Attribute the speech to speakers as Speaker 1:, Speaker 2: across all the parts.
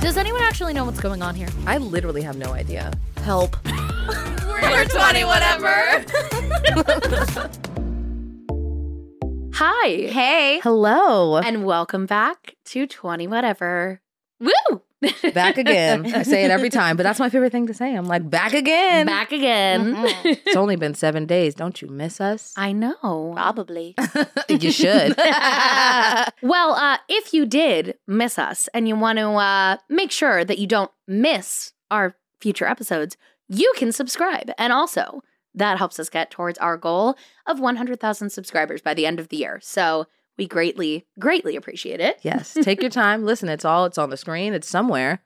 Speaker 1: Does anyone actually know what's going on here?
Speaker 2: I literally have no idea.
Speaker 1: Help.
Speaker 2: We're 20, whatever.
Speaker 1: Hi.
Speaker 3: Hey.
Speaker 2: Hello.
Speaker 1: And welcome back to 20 whatever. Woo!
Speaker 2: Back again. I say it every time, but that's my favorite thing to say. I'm like, back again.
Speaker 1: Back again.
Speaker 2: It's only been seven days. Don't you miss us?
Speaker 1: I know. Probably.
Speaker 2: you should.
Speaker 1: well, uh, if you did miss us and you want to uh, make sure that you don't miss our future episodes, you can subscribe. And also, that helps us get towards our goal of 100,000 subscribers by the end of the year. So we greatly, greatly appreciate it.
Speaker 2: yes. Take your time. Listen, it's all it's on the screen. It's somewhere.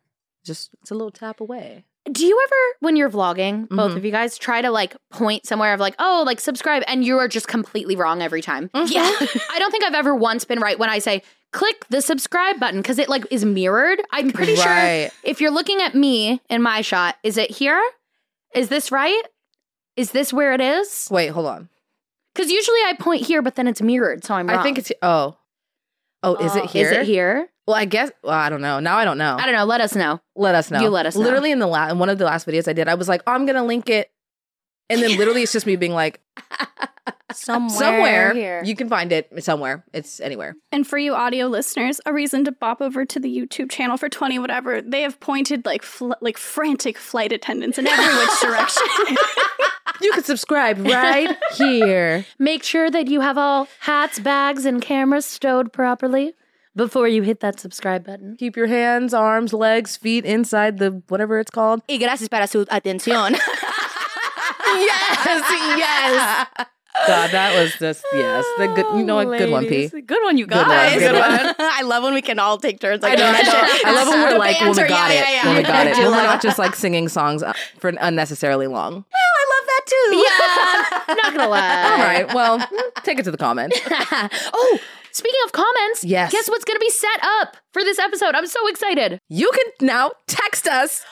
Speaker 2: Just it's a little tap away.
Speaker 1: Do you ever, when you're vlogging, both
Speaker 2: Mhm.
Speaker 1: of you guys, try to like point somewhere of like, oh, like subscribe, and you are just completely wrong every time?
Speaker 2: Mhm.
Speaker 1: Yeah. I don't think I've ever once been right when I say click the subscribe button because it like is mirrored. I'm pretty
Speaker 2: Right.
Speaker 1: sure if you're looking at me in my shot, is it here? Is this right? Is this where it is?
Speaker 2: Wait, hold on.
Speaker 1: Because usually I point here, but then it's mirrored, so I'm wrong.
Speaker 2: I think it's oh. Oh, is it
Speaker 1: Oh.
Speaker 2: here? Oh.
Speaker 1: Is it here?
Speaker 2: Well, I guess well, I don't know. Now I don't know.
Speaker 1: I don't know. Let us know.
Speaker 2: let us know.
Speaker 1: You let us know.
Speaker 2: Literally in the la- in one of the last videos I did, I was like, oh, I'm gonna link it. And then literally it's just me being like,
Speaker 3: Somewhere.
Speaker 2: somewhere
Speaker 3: here.
Speaker 2: you can find it somewhere it's anywhere
Speaker 4: And for you audio listeners, a reason to bop over to the YouTube channel for 20 whatever. They have pointed like fl- like frantic flight attendants in every which direction.
Speaker 2: you can subscribe right here
Speaker 1: Make sure that you have all hats, bags, and cameras stowed properly before you hit that subscribe button.
Speaker 2: keep your hands arms legs feet inside the whatever it's called
Speaker 3: Y gracias para su atención.
Speaker 2: yes yes god that was just yes the good you know what good one p
Speaker 3: Good one, you
Speaker 2: Good one,
Speaker 3: guys.
Speaker 2: good one.
Speaker 3: I love when we can all take turns. Like,
Speaker 2: I know, I know. I love when we're
Speaker 3: The
Speaker 2: like, when we
Speaker 3: banter,
Speaker 2: got
Speaker 3: yeah,
Speaker 2: it,
Speaker 3: yeah, yeah.
Speaker 2: when we got
Speaker 3: I
Speaker 2: it,
Speaker 3: do
Speaker 2: when we're
Speaker 3: love
Speaker 2: not just like singing songs uh, for unnecessarily long.
Speaker 3: that. Yeah.
Speaker 1: Not gonna lie.
Speaker 2: All right, well, take it to the comments.
Speaker 1: oh, speaking of comments,
Speaker 2: Yes.
Speaker 1: guess what's gonna be set up for this episode? I'm so excited.
Speaker 2: You can now text us,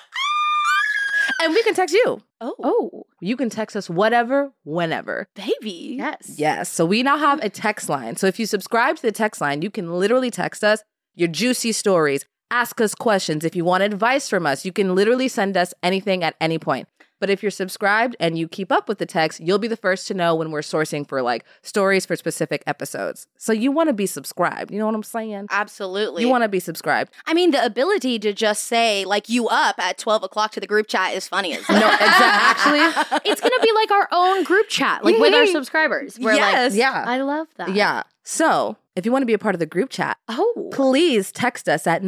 Speaker 2: and we can text you.
Speaker 1: Oh,
Speaker 2: You can text us whatever, whenever.
Speaker 3: Baby.
Speaker 1: yes.
Speaker 2: Yes. So we now have a text line. So if you subscribe to the text line, you can literally text us your juicy stories, ask us questions. If you want advice from us, you can literally send us anything at any point. But if you're subscribed and you keep up with the text, you'll be the first to know when we're sourcing for like stories for specific episodes. So you want to be subscribed. You know what I'm saying?
Speaker 3: Absolutely.
Speaker 2: You want to be subscribed.
Speaker 3: I mean, the ability to just say, like, you up at 12 o'clock to the group chat is funny as
Speaker 2: No, exactly. Actually,
Speaker 1: It's gonna be like our own group chat, like with our subscribers. We're
Speaker 2: yes.
Speaker 1: like,
Speaker 2: yeah.
Speaker 1: I love that.
Speaker 2: Yeah. So if you want to be a part of the group chat,
Speaker 1: Oh,
Speaker 2: please text us at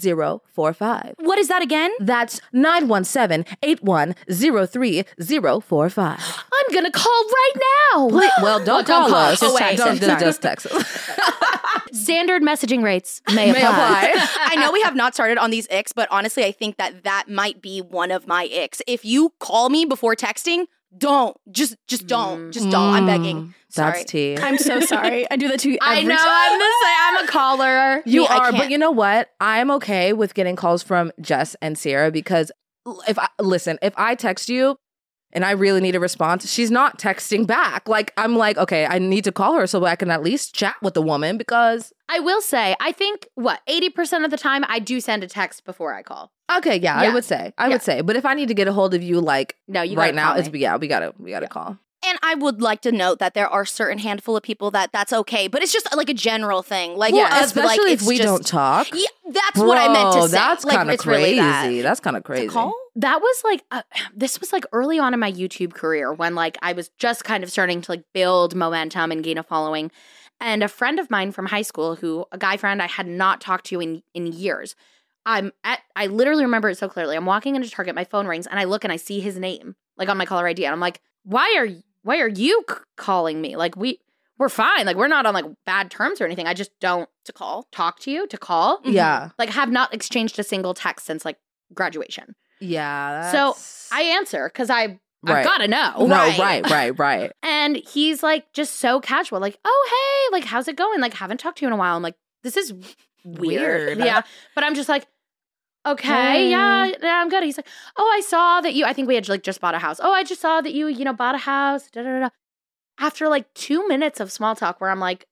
Speaker 2: 917-810-3045.
Speaker 3: What is that again?
Speaker 2: That's 917-810-3045.
Speaker 1: I'm gonna call right now.
Speaker 2: Well, don't call us.
Speaker 3: Oh, wait.
Speaker 2: Don't, don't just text us.
Speaker 1: Standard messaging rates may apply.
Speaker 3: I know we have not started on these icks, but honestly, I think that that might be one of my icks. If you call me before texting, don't. Just just don't. Just don't. I'm begging. Sorry.
Speaker 2: Mm, That's tea.
Speaker 4: I'm so sorry. I do that to you every
Speaker 1: I know.
Speaker 4: time.
Speaker 1: I'm the same. I'm a caller.
Speaker 2: You
Speaker 3: Me, I
Speaker 2: are, but
Speaker 3: can't.
Speaker 2: you know what? I'm okay with getting calls from Jess and Sierra because l- if I listen, if I text you and I really need a response, she's not texting back. Like I'm like, okay, I need to call her so I can at least chat with the woman because
Speaker 1: I will say, I think what eighty percent of the time I do send a text before I call.
Speaker 2: okay, yeah, I
Speaker 1: Yeah.
Speaker 2: would say, I
Speaker 1: Yeah.
Speaker 2: would say, but if I need to get a hold of you, like
Speaker 1: No,
Speaker 3: Oh,
Speaker 1: you
Speaker 2: right
Speaker 1: gotta
Speaker 2: now,
Speaker 1: call
Speaker 2: it's
Speaker 1: me.
Speaker 2: yeah, we gotta we gotta call.
Speaker 3: And I would like to note that there are certain handful of people that that's okay, but it's just uh, like a general thing. Like,
Speaker 2: Well,
Speaker 3: for us,
Speaker 2: especially
Speaker 3: like,
Speaker 2: if
Speaker 3: it's
Speaker 2: we
Speaker 3: just-
Speaker 2: don't talk.
Speaker 3: Yeah, that's what I meant to
Speaker 2: Bro,
Speaker 3: say.
Speaker 2: That's
Speaker 3: like,
Speaker 2: kind of
Speaker 3: it's really
Speaker 2: crazy.
Speaker 3: that.
Speaker 2: that's kind of crazy.
Speaker 3: Call?
Speaker 1: that was like uh, this was like early on in my YouTube career when like I was just kind of starting to like build momentum and gain a following. And a friend of mine from high school, who a guy friend I had not talked to in in years, I'm at. I literally remember it so clearly. I'm walking into Target, my phone rings, and I look and I see his name like on my caller ID, and I'm like, why are why are you c- calling me? Like we we're fine. Like we're not on like bad terms or anything. I just don't
Speaker 3: To call.
Speaker 1: talk to you to call.
Speaker 3: Mm-hmm.
Speaker 2: Yeah,
Speaker 1: Like have not exchanged a single text since like graduation.
Speaker 2: yeah.
Speaker 1: So,
Speaker 2: that's-
Speaker 1: I answer because I
Speaker 2: Right.
Speaker 1: I gotta know.
Speaker 2: no,
Speaker 3: right.
Speaker 2: right, right, right.
Speaker 1: And he's like just so casual, like, oh hey, like how's it going? Like haven't talked to you in a while. I'm like, this is weird.
Speaker 2: Weird. Hmm.
Speaker 1: Yeah. But I'm just like, okay, yeah,
Speaker 2: Mm.
Speaker 1: yeah, I'm good. He's like, oh, I saw that you I think we had like just bought a house. Oh, I just saw that you, you know, bought a house. Da, da, da, da. After like two minutes of small talk where I'm like,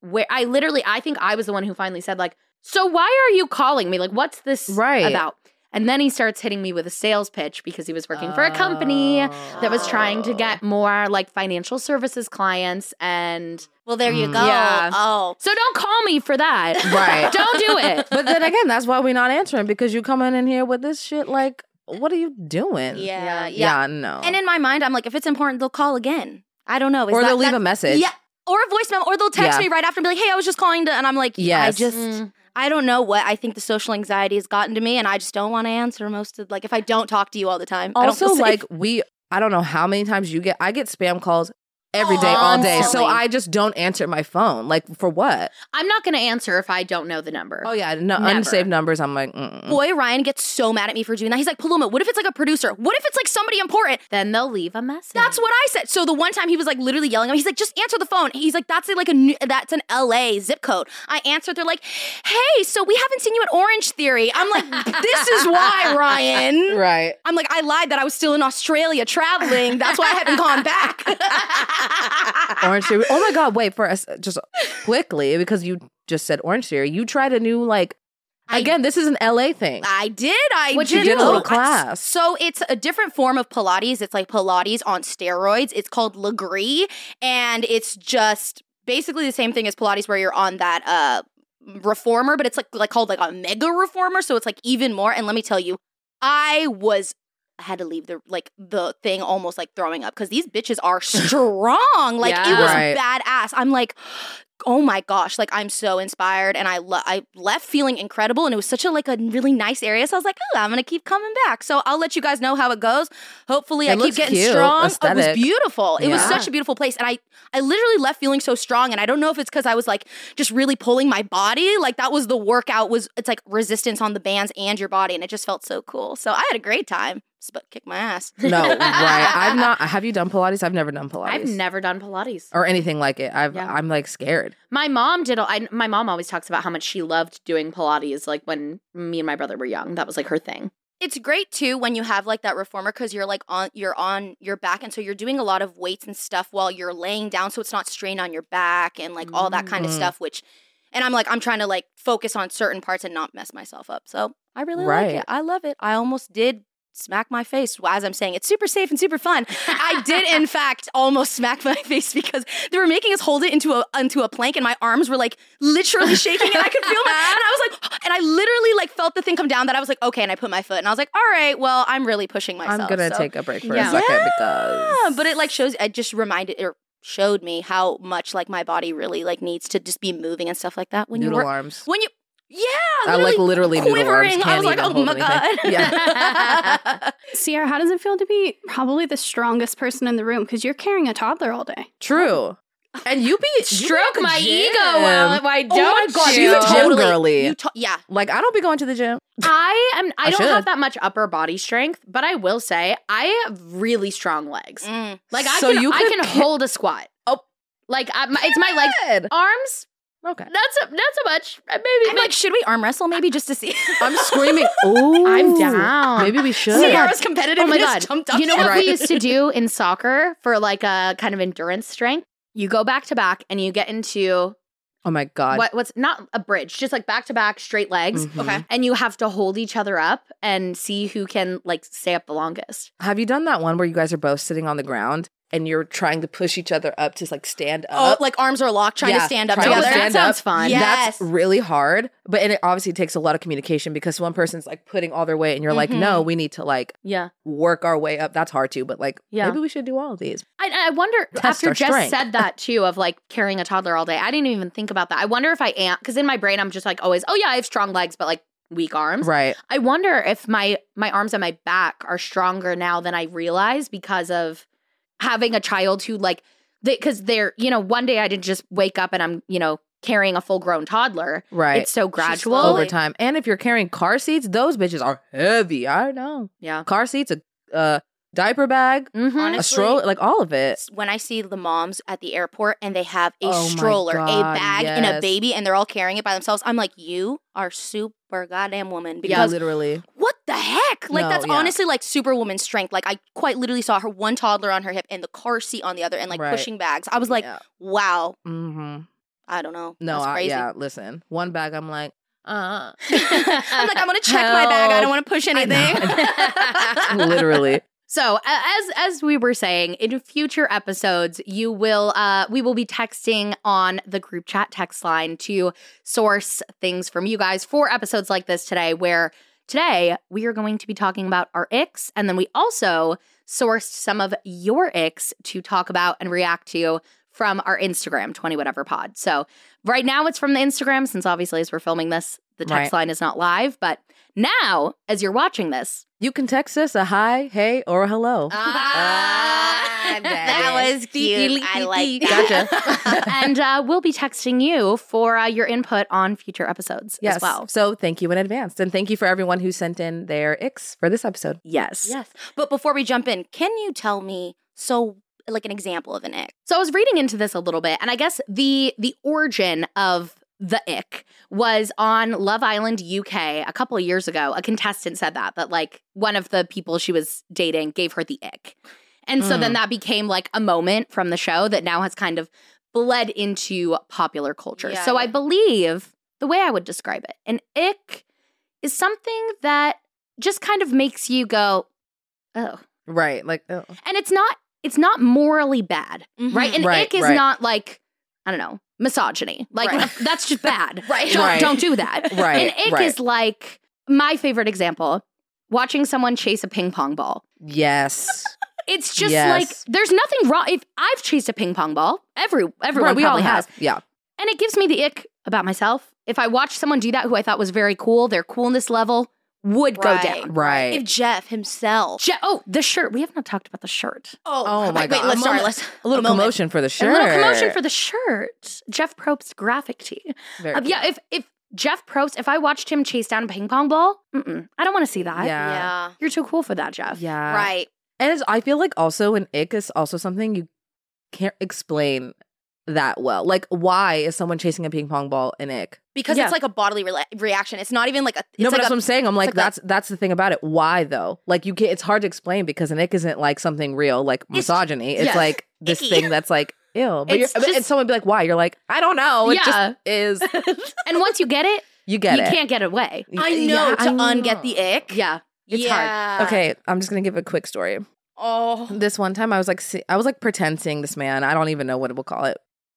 Speaker 1: where I literally I think I was the one who finally said, like, so why are you calling me? Like, what's this
Speaker 2: Right.
Speaker 1: about? And then he starts hitting me with a sales pitch because he was working for a company that was trying
Speaker 2: Oh.
Speaker 1: to get more like financial services clients and
Speaker 3: Well, there you
Speaker 2: Mm.
Speaker 3: go.
Speaker 1: Yeah.
Speaker 3: Oh,
Speaker 1: so don't call me for that
Speaker 2: Right.
Speaker 1: don't do it
Speaker 2: But then again, that's why we're not answering because you coming in here with this shit. Like, what are you doing?
Speaker 3: Yeah,
Speaker 2: yeah,
Speaker 3: yeah.
Speaker 2: no.
Speaker 3: And in my mind, I'm like, if it's important, they'll call again. I don't know. Is
Speaker 2: or
Speaker 3: that-
Speaker 2: they'll leave
Speaker 3: that-
Speaker 2: a message.
Speaker 3: Yeah. Or a voice memo, or they'll text
Speaker 2: Yeah.
Speaker 3: me right after and be like, hey, I was just calling to, and I'm like, yeah, I
Speaker 2: Yes.
Speaker 3: just,
Speaker 1: Mm.
Speaker 3: I don't know what I think the social anxiety has gotten to me, and I just don't want to answer most of, like, if I don't talk to you all the time. I don't
Speaker 2: Also,
Speaker 3: feel safe.
Speaker 2: like we, I don't know how many times you get. I get spam calls every day, all day. So
Speaker 3: Constantly.
Speaker 2: I just don't answer my phone. Like for what?
Speaker 1: i'm not gonna answer if i don't know the number
Speaker 2: Oh yeah, no
Speaker 1: Never.
Speaker 2: unsaved numbers. I'm like, mm.
Speaker 3: boy Ryan gets so mad at me for doing that. He's like, Paloma, what if it's like a producer? What if it's like somebody important?
Speaker 1: then they'll leave a message
Speaker 3: That's what I said. So the one time he was like literally yelling at me, he's like, just answer the phone. He's like, that's a, like a new, that's an LA zip code. I answered. They're like, hey, so we haven't seen you at Orange Theory. I'm like, this is why, Ryan.
Speaker 2: right.
Speaker 3: I'm like, I lied that I was still in Australia traveling. That's why I haven't gone back.
Speaker 2: Orange theory. Oh my god! Wait for us, just quickly because you just said orange theory. You tried a new like.
Speaker 3: I-
Speaker 2: Again, this is an LA thing.
Speaker 3: I did. I
Speaker 2: What'd you
Speaker 3: did.
Speaker 2: do? A little
Speaker 3: I-
Speaker 2: class.
Speaker 3: So it's a different form of Pilates. It's like Pilates on steroids. It's called Legree, and it's just basically the same thing as Pilates, where you're on that uh reformer, but it's like like called like a mega reformer. So it's like even more. And let me tell you, I was. I had to leave the like the thing almost like throwing up because these bitches are strong. Like it was
Speaker 2: Yeah. Right.
Speaker 3: badass. I'm like, oh my gosh like i'm so inspired and i lo- i left feeling incredible and it was such a like a really nice area so i was like oh i'm gonna keep coming back so i'll let you guys know how it goes hopefully
Speaker 2: It
Speaker 3: i keep
Speaker 2: looks
Speaker 3: getting
Speaker 2: cute.
Speaker 3: strong it
Speaker 2: Aesthetic.
Speaker 3: was beautiful it was
Speaker 2: Yeah.
Speaker 3: such a beautiful place and i i literally left feeling so strong and i don't know if it's because i was like just really pulling my body like that was the workout was it's like resistance on the bands and your body and it just felt so cool so i had a great time Just but kick my ass
Speaker 2: No, right. I've not. Have you done Pilates? I've never done Pilates.
Speaker 1: i've never done pilates
Speaker 2: or anything like it. I've,
Speaker 1: Yeah.
Speaker 2: I'm like scared.
Speaker 1: my mom did a- I, my mom always talks about how much she loved doing pilates like when me and my brother were young that was like her thing
Speaker 3: it's great too when you have like that reformer because you're like on you're on your back and so you're doing a lot of weights and stuff while you're laying down so it's not strained on your back and like all that kind of
Speaker 2: Mm.
Speaker 3: stuff which and i'm like i'm trying to like focus on certain parts and not mess myself up so i really like
Speaker 2: Right.
Speaker 3: it i love it i almost did smack my face as i'm saying it's super safe and super fun i did in fact almost smack my face because they were making us hold it into a into a plank and my arms were like literally shaking and i could feel my and i was like and i literally like felt the thing come down that i was like okay and i put my foot and i was like all right well i'm really pushing myself
Speaker 2: I'm gonna
Speaker 3: so-
Speaker 2: take a break for
Speaker 1: Yeah.
Speaker 2: a second
Speaker 3: Yeah,
Speaker 2: because.
Speaker 3: but it like shows it just reminded or showed me how much like my body really like needs to just be moving and stuff like that when
Speaker 2: noodle
Speaker 3: you work
Speaker 2: arms.
Speaker 3: when you yeah
Speaker 2: I like literally noodle arms
Speaker 3: quivering i was
Speaker 2: can't
Speaker 3: like
Speaker 2: even
Speaker 3: oh
Speaker 2: hold
Speaker 3: my
Speaker 2: anything.
Speaker 3: god
Speaker 2: Yeah.
Speaker 4: Sierra, how does it feel to be probably the strongest person in the room? Because you're carrying a toddler all day.
Speaker 2: True. And you be
Speaker 1: Stroke my ego. Well, why
Speaker 3: Oh
Speaker 1: don't you?
Speaker 2: Oh you a gym
Speaker 3: totally-
Speaker 2: girly.
Speaker 3: You to- yeah.
Speaker 2: like I don't be going to the gym.
Speaker 1: I am. I,
Speaker 2: I
Speaker 1: don't
Speaker 2: should.
Speaker 1: have that much upper body strength, but I will say I have really strong legs.
Speaker 3: Mm.
Speaker 1: Like I
Speaker 2: So
Speaker 1: can,
Speaker 2: you
Speaker 1: I
Speaker 2: could
Speaker 1: can
Speaker 2: ca-
Speaker 1: hold a squat.
Speaker 2: Oh.
Speaker 1: like I, my, it's my legs,
Speaker 2: Good.
Speaker 1: arms.
Speaker 2: Okay.
Speaker 1: Not so, not so much. Uh, Maybe
Speaker 3: I'm
Speaker 1: like
Speaker 3: like, should we arm wrestle maybe just to see?
Speaker 2: I'm screaming. Ooh.
Speaker 1: I'm down.
Speaker 2: Maybe we should.
Speaker 3: Sierra's competitive.
Speaker 1: Oh my god!
Speaker 3: Jumped up
Speaker 1: You know what
Speaker 3: there.
Speaker 1: we used to do in soccer for like a kind of endurance strength? You go back to back and you get into
Speaker 2: Oh my god.
Speaker 1: what what's not a bridge, just like back to back straight legs,
Speaker 2: Mhm.
Speaker 3: Okay.
Speaker 1: and you have to hold each other up and see who can like stay up the longest.
Speaker 2: Have you done that one where you guys are both sitting on the ground and you're trying to push each other up to like stand
Speaker 3: Oh,
Speaker 2: up?
Speaker 3: like arms are locked, trying to
Speaker 2: Yeah,
Speaker 3: stand up
Speaker 2: trying to
Speaker 3: together.
Speaker 2: stand
Speaker 1: that sounds
Speaker 2: up.
Speaker 1: fun.
Speaker 3: Yeah.
Speaker 2: That's
Speaker 3: yes.
Speaker 2: really hard, but and it obviously takes a lot of communication because one person's like putting all their weight, and you're like,
Speaker 3: Mhm.
Speaker 2: no, we need to like
Speaker 1: Yeah.
Speaker 2: work our way up. That's hard too, but like
Speaker 1: Yeah.
Speaker 2: maybe we should do all of these.
Speaker 1: I, I wonder
Speaker 2: Test
Speaker 1: after
Speaker 2: our
Speaker 1: Jess
Speaker 2: strength.
Speaker 1: said that too of like carrying a toddler all day. I didn't even think about that. I wonder if I am because in my brain I'm just like always, oh yeah, I have strong legs, but like weak arms.
Speaker 2: Right.
Speaker 1: I wonder if my my arms and my back are stronger now than I realize because of having a child who like because they, are you know one day I didn't just wake up and I'm you know carrying a full grown toddler.
Speaker 2: Right.
Speaker 1: It's so gradual.
Speaker 2: over
Speaker 3: slowly-
Speaker 2: time. And if you're carrying car seats, those bitches are heavy. I know.
Speaker 1: yeah.
Speaker 2: Car seats, a, a diaper bag,
Speaker 1: Mm-hmm.
Speaker 2: a
Speaker 3: Honestly,
Speaker 2: stroller, like all of it.
Speaker 3: s- when I see the moms at the airport and they have a
Speaker 2: Oh my
Speaker 3: stroller, a
Speaker 2: God,
Speaker 3: bag, and a
Speaker 2: yes.
Speaker 3: baby, and they're all carrying it by themselves, I'm like, you are super goddamn woman.
Speaker 2: Yeah,
Speaker 3: Because
Speaker 2: literally.
Speaker 3: what the heck? Like,
Speaker 2: No,
Speaker 3: that's
Speaker 2: yeah.
Speaker 3: honestly like superwoman strength. Like, I quite literally saw her one toddler on her hip and the car seat on the other and like
Speaker 2: Right.
Speaker 3: pushing bags. I was like,
Speaker 2: Yeah.
Speaker 3: wow,
Speaker 2: Mhm.
Speaker 3: I don't know.
Speaker 2: no,
Speaker 3: that's
Speaker 2: I,
Speaker 3: crazy.
Speaker 2: yeah, listen, one bag, I'm like, uh,
Speaker 3: I'm like, I'm gonna check my bag. I don't
Speaker 2: Help.
Speaker 3: want to push
Speaker 2: know.
Speaker 3: anything.
Speaker 2: literally.
Speaker 1: So a- as as we were saying in future episodes, you will uh we will be texting on the group chat text line to source things from you guys for episodes like this today. Where today we are going to be talking about our icks, and then we also sourced some of your icks to talk about and react to from our Instagram twenty whatever pod. So right now it's from the Instagram since obviously as we're filming this, the text
Speaker 2: Right.
Speaker 1: line is not live, but now as you're watching this.
Speaker 2: You can text us a hi, hey, or a hello.
Speaker 1: Uh,
Speaker 3: Ah, that was cute. I like that.
Speaker 2: Gotcha.
Speaker 1: and uh, we'll be texting you for uh, your input on future episodes
Speaker 2: yes.
Speaker 1: as well.
Speaker 2: So thank you in advance. And thank you for everyone who sent in their icks for this episode.
Speaker 1: Yes.
Speaker 3: Yes. But before we jump in, can you tell me so like an example of an ick?
Speaker 1: So I was reading into this a little bit, and I guess the the origin of the ick was on Love Island UK a couple of years ago. A contestant said that that like one of the people she was dating gave her the ick, and so
Speaker 2: Mm.
Speaker 1: then that became like a moment from the show that now has kind of bled into popular culture.
Speaker 3: Yeah,
Speaker 1: so I
Speaker 3: yeah.
Speaker 1: believe the way I would describe it, an ick is something that just kind of makes you go, oh,
Speaker 2: Right. Like, oh.
Speaker 1: and it's not it's not morally bad
Speaker 3: Mm-hmm.
Speaker 1: right? And
Speaker 2: Right,
Speaker 1: ick is
Speaker 2: right.
Speaker 1: not like I don't know misogyny. Like
Speaker 3: Right.
Speaker 1: that's just bad.
Speaker 3: Right.
Speaker 1: Don't,
Speaker 2: Right.
Speaker 1: don't do that.
Speaker 2: Right,
Speaker 1: And ick
Speaker 2: right.
Speaker 1: is like my favorite example: watching someone chase a ping pong ball.
Speaker 2: yes.
Speaker 1: It's just
Speaker 2: Yes.
Speaker 1: like there's nothing wrong. If I've chased a ping pong ball, every everyone
Speaker 2: Right, we all
Speaker 1: probably has,
Speaker 2: have. Yeah.
Speaker 1: and it gives me the ick about myself. If I watch someone do that, who I thought was very cool, their coolness level would
Speaker 3: Right.
Speaker 1: go down.
Speaker 2: Right.
Speaker 3: If Jeff himself.
Speaker 1: Je- oh, the shirt. We have not talked about the shirt.
Speaker 2: Oh my
Speaker 3: wait,
Speaker 2: God.
Speaker 3: Wait, let's
Speaker 2: A
Speaker 3: sorry.
Speaker 2: moment.
Speaker 3: Let's
Speaker 2: a little
Speaker 3: moment.
Speaker 2: commotion for the
Speaker 1: A
Speaker 2: shirt.
Speaker 1: little commotion for the shirt. Jeff Probst's graphic tee.
Speaker 2: Very
Speaker 1: Uh, yeah, if if Jeff Probst, if I watched him chase down a ping pong ball, mm-mm, I don't want to see that.
Speaker 2: Yeah.
Speaker 3: yeah.
Speaker 1: You're too cool for that, Jeff.
Speaker 2: Yeah.
Speaker 3: Right.
Speaker 2: And it's, I feel like also an ick is also something you can't explain that well. Like, why is someone chasing a ping pong ball an ick?
Speaker 3: Because
Speaker 1: Yeah.
Speaker 3: it's like a bodily rela- reaction. It's not even like a. It's
Speaker 2: no,
Speaker 3: like
Speaker 2: but that's
Speaker 3: a,
Speaker 2: what I'm saying. I'm like,
Speaker 3: like a-
Speaker 2: that's that's the thing about it. Why though? Like, you can't. It's hard to explain because an ick isn't like something real, like misogyny. It's
Speaker 1: yeah.
Speaker 2: like this
Speaker 3: Icky.
Speaker 2: thing that's like ew. But
Speaker 1: It's
Speaker 2: you're,
Speaker 1: just-
Speaker 2: and someone would be like, why? You're like, I don't know. Oh, It
Speaker 1: Yeah.
Speaker 2: just is.
Speaker 1: And once you get it,
Speaker 2: You get
Speaker 1: you
Speaker 2: it.
Speaker 1: can't get away.
Speaker 3: I know
Speaker 2: Yeah,
Speaker 3: to
Speaker 2: I know.
Speaker 3: unget the ick.
Speaker 1: Yeah. It's hard.
Speaker 3: yeah.
Speaker 2: Okay, I'm just gonna give a quick story.
Speaker 3: Oh.
Speaker 2: this one time I was like se- I was like pretend seeing this man. I don't even know what we'll call it.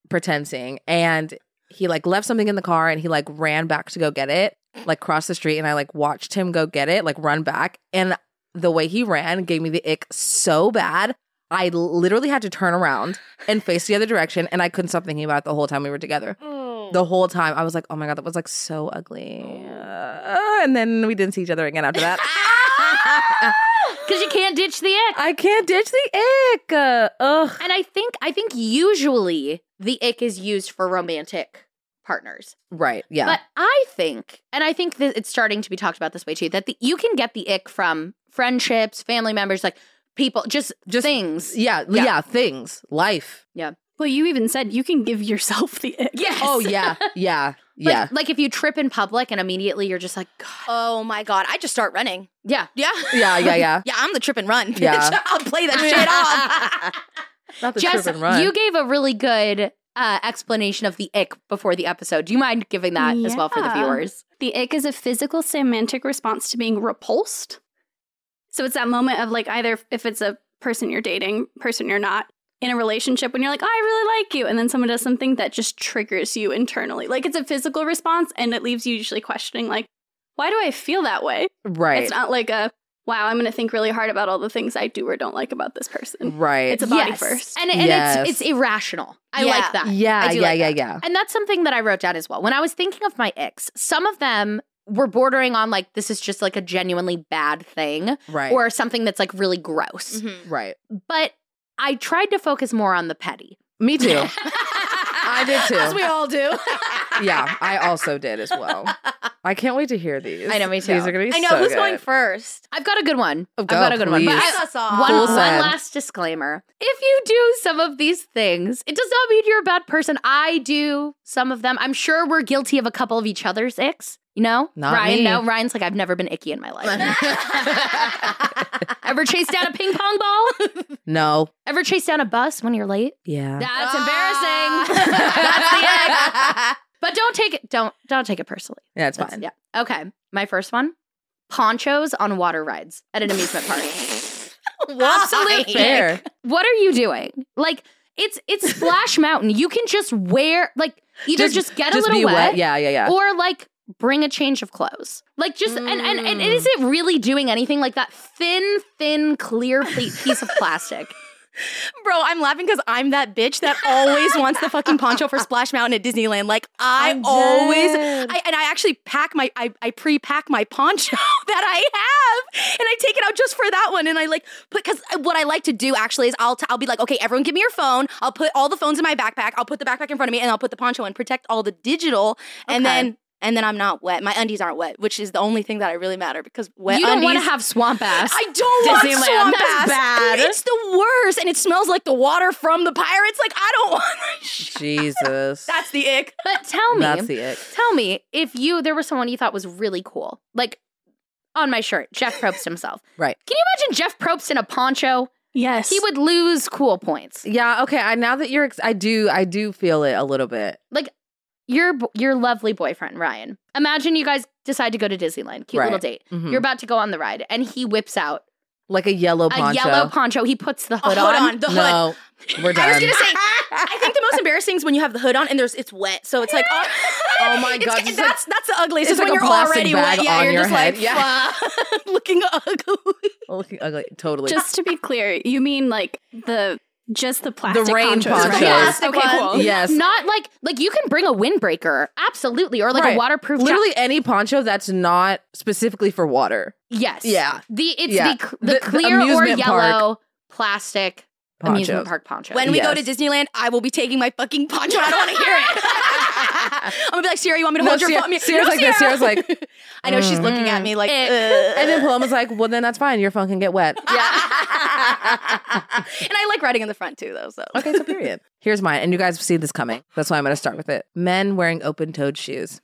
Speaker 2: Pretend seeing. And he like left something in the car and he like ran back to go get it, like cross the street and I like watched him go get it, like run back and the way he ran gave me the ick so bad. I literally had to turn around and face the other direction and I couldn't stop thinking about it the whole time we were together. The whole time I was like, "Oh my god, that was like so Ah, ugly." Uh, and then we didn't see each other again after that.
Speaker 1: because you can't ditch the ick.
Speaker 2: I can't ditch the ick. Uh, ugh.
Speaker 1: And I think I think usually the ick is used for romantic partners.
Speaker 2: Right. Yeah.
Speaker 1: But I think, and I think that it's starting to be talked about this way too, that the, you can get the ick from friendships, family members, like people, just,
Speaker 2: Just-
Speaker 1: things.
Speaker 2: yeah,
Speaker 1: Yeah.
Speaker 2: yeah. Things. Life.
Speaker 4: Well, you even said you can give yourself the ick.
Speaker 1: Yes.
Speaker 2: Oh yeah. Yeah.
Speaker 1: Like,
Speaker 2: Yeah.
Speaker 1: Like if you trip in public and immediately you're just like, God.
Speaker 3: Oh my god, I just start running.
Speaker 1: Yeah.
Speaker 3: Yeah.
Speaker 2: yeah. Yeah. Yeah.
Speaker 3: Yeah, I'm the trip and run. bitch.
Speaker 2: Yeah.
Speaker 3: I'll play that shit off.
Speaker 2: Not the
Speaker 1: Jess,
Speaker 2: trip and run.
Speaker 1: you gave a really good uh, explanation of the ick before the episode. Do you mind giving that as well for the
Speaker 4: Yeah.
Speaker 1: viewers?
Speaker 4: The ick is a physical semantic response to being repulsed. So it's that moment of like either if it's a person you're dating, person you're not, in a relationship when you're like, oh, I really like you. And then someone does something that just triggers you internally. Like it's a physical response and it leaves you usually questioning, like, why do I feel that way?
Speaker 2: right.
Speaker 4: It's not like a, wow, I'm going to think really hard about all the things I do or don't like about this person.
Speaker 2: right.
Speaker 4: It's a body first.
Speaker 1: And, and
Speaker 2: Yes.
Speaker 1: it's, it's irrational. I
Speaker 3: Yeah.
Speaker 1: like that.
Speaker 2: yeah.
Speaker 1: I do
Speaker 2: yeah.
Speaker 1: like
Speaker 2: yeah.
Speaker 1: that.
Speaker 2: Yeah.
Speaker 1: And that's something that I wrote down as well. When I was thinking of my icks, some of them were bordering on like this is just like a genuinely bad thing
Speaker 2: Right.
Speaker 1: or something that's like really gross.
Speaker 3: Mhm.
Speaker 2: right.
Speaker 1: But I tried to focus more on the petty.
Speaker 2: Me too. I did too.
Speaker 3: As we all do.
Speaker 2: yeah. I also did as well. I can't wait to hear these.
Speaker 1: I know, me
Speaker 2: These
Speaker 1: too.
Speaker 2: are gonna be
Speaker 3: I know
Speaker 2: so
Speaker 3: who's
Speaker 2: good.
Speaker 3: going first.
Speaker 1: I've got a good one.
Speaker 2: Oh,
Speaker 1: I've got a good one. But
Speaker 2: please.
Speaker 1: I-
Speaker 3: Us all.
Speaker 1: one,
Speaker 2: Full
Speaker 1: one
Speaker 2: send.
Speaker 1: last disclaimer. If you do some of these things, it does not mean you're a bad person. I do some of them. I'm sure we're guilty of a couple of each other's icks. You know?
Speaker 2: Not
Speaker 1: Ryan,
Speaker 2: me.
Speaker 1: no, Ryan's like, I've never been icky in my life. Ever chased down a ping pong ball?
Speaker 2: No.
Speaker 1: Ever chased down a bus when you're late?
Speaker 2: Yeah.
Speaker 1: That's
Speaker 3: Ah.
Speaker 1: embarrassing. That's the egg. But don't take it don't don't take it personally.
Speaker 2: yeah. It's
Speaker 1: That's-
Speaker 2: fine.
Speaker 1: Yeah. Okay. My first one. Ponchos on water rides at an amusement park. Absolute
Speaker 3: Why?
Speaker 1: fair.
Speaker 2: Fair.
Speaker 1: what are you doing? Like it's it's Splash Mountain. You can just wear like either just, get
Speaker 2: just
Speaker 1: a little
Speaker 2: be
Speaker 1: wet,
Speaker 2: wet. Yeah. Yeah. Yeah.
Speaker 1: or like bring a change of clothes. Like just and, and and
Speaker 3: Mm.
Speaker 1: is it really doing anything like that thin thin clear ple- piece of plastic?
Speaker 3: Bro, I'm laughing because I'm that bitch that always wants the fucking poncho for Splash Mountain at Disneyland. Like I
Speaker 2: I'm
Speaker 3: always,
Speaker 2: dead.
Speaker 3: I, and I actually pack my, I, I pre-pack my poncho that I have, and I take it out just for that one. And I like, because what I like to do actually is I'll, t- I'll be like, okay, everyone, give me your phone. I'll put all the phones in my backpack. I'll put the backpack in front of me, and I'll put the poncho and protect all the digital, and
Speaker 1: Okay.
Speaker 3: then. And then I'm not wet. My undies aren't wet, which is the only thing that I really matter because wet
Speaker 1: you don't
Speaker 3: undies.
Speaker 1: want to have swamp ass.
Speaker 3: uh, I don't
Speaker 1: Disneyland.
Speaker 3: want swamp
Speaker 1: That's
Speaker 3: ass.
Speaker 1: bad.
Speaker 3: It's the worst, and it smells like the water from the pirates. Like I don't want.
Speaker 2: Jesus.
Speaker 3: That's the ick.
Speaker 1: but tell me,
Speaker 2: That's the ick.
Speaker 1: tell me if you there was someone you thought was really cool, like on my shirt, Jeff Probst himself.
Speaker 2: Right.
Speaker 1: Can you imagine Jeff Probst in a poncho?
Speaker 4: Yes.
Speaker 1: He would lose cool points.
Speaker 2: Yeah. Okay. I now that you're, ex- I do, I do feel it a little bit.
Speaker 1: your bo- your lovely boyfriend Ryan. Imagine you guys decide to go to Disneyland, cute
Speaker 2: Right.
Speaker 1: little date.
Speaker 2: Mhm.
Speaker 3: Mm-hmm.
Speaker 1: You're about to go on the ride, and he whips out
Speaker 2: like a yellow poncho.
Speaker 1: a yellow poncho. He puts the hood,
Speaker 3: Oh,
Speaker 1: on.
Speaker 3: the hood.
Speaker 2: no, we're done.
Speaker 3: I was gonna say. I think the most embarrassing is when you have the hood on and there's it's wet, so it's like oh,
Speaker 2: Oh my God,
Speaker 3: It's,
Speaker 2: it's
Speaker 3: that's that's the ugliest.
Speaker 2: it's
Speaker 3: Is when
Speaker 2: like a
Speaker 3: you're
Speaker 2: plastic
Speaker 3: already
Speaker 2: bag
Speaker 3: wet. Yeah,
Speaker 2: on
Speaker 3: you're
Speaker 2: your
Speaker 3: just
Speaker 2: head.
Speaker 3: like
Speaker 2: Yeah.
Speaker 3: fuck, looking ugly.
Speaker 2: Looking ugly. Totally.
Speaker 4: just to be clear, you mean like the, just the plastic
Speaker 2: rain
Speaker 4: ponchos, right?
Speaker 2: ponchos.
Speaker 3: Plastic
Speaker 4: Okay,
Speaker 3: ones.
Speaker 4: cool.
Speaker 2: yes.
Speaker 1: Not like like you can bring a windbreaker, absolutely, or like a
Speaker 2: Right.
Speaker 1: waterproof. jack-
Speaker 2: Literally any poncho that's not specifically for water.
Speaker 1: yes,
Speaker 2: Yeah.
Speaker 1: The it's
Speaker 2: Yeah.
Speaker 1: the, c-
Speaker 2: The-
Speaker 1: the
Speaker 2: the
Speaker 1: clear or
Speaker 2: amusement park
Speaker 1: yellow plastic amusement
Speaker 2: Ponchos.
Speaker 1: park poncho.
Speaker 3: When we go to
Speaker 2: Yes.
Speaker 3: Disneyland, I will be taking my fucking poncho. I don't want to hear it. I'm gonna be like, Sierra, you want me to
Speaker 2: No,
Speaker 3: hold your
Speaker 2: Sierra-
Speaker 3: phone?
Speaker 2: Sierra's like this. Sierra's like,
Speaker 3: I know she's
Speaker 2: mm.
Speaker 3: looking at me like.
Speaker 1: Ick.
Speaker 3: "Ugh."
Speaker 2: And then Paloma's like, well, then that's fine. Your phone can get wet.
Speaker 3: and I like riding in the front too, though. So
Speaker 2: Okay, so period. Here's mine. And you guys see this coming. That's why I'm going to start with it. Men wearing open toed shoes.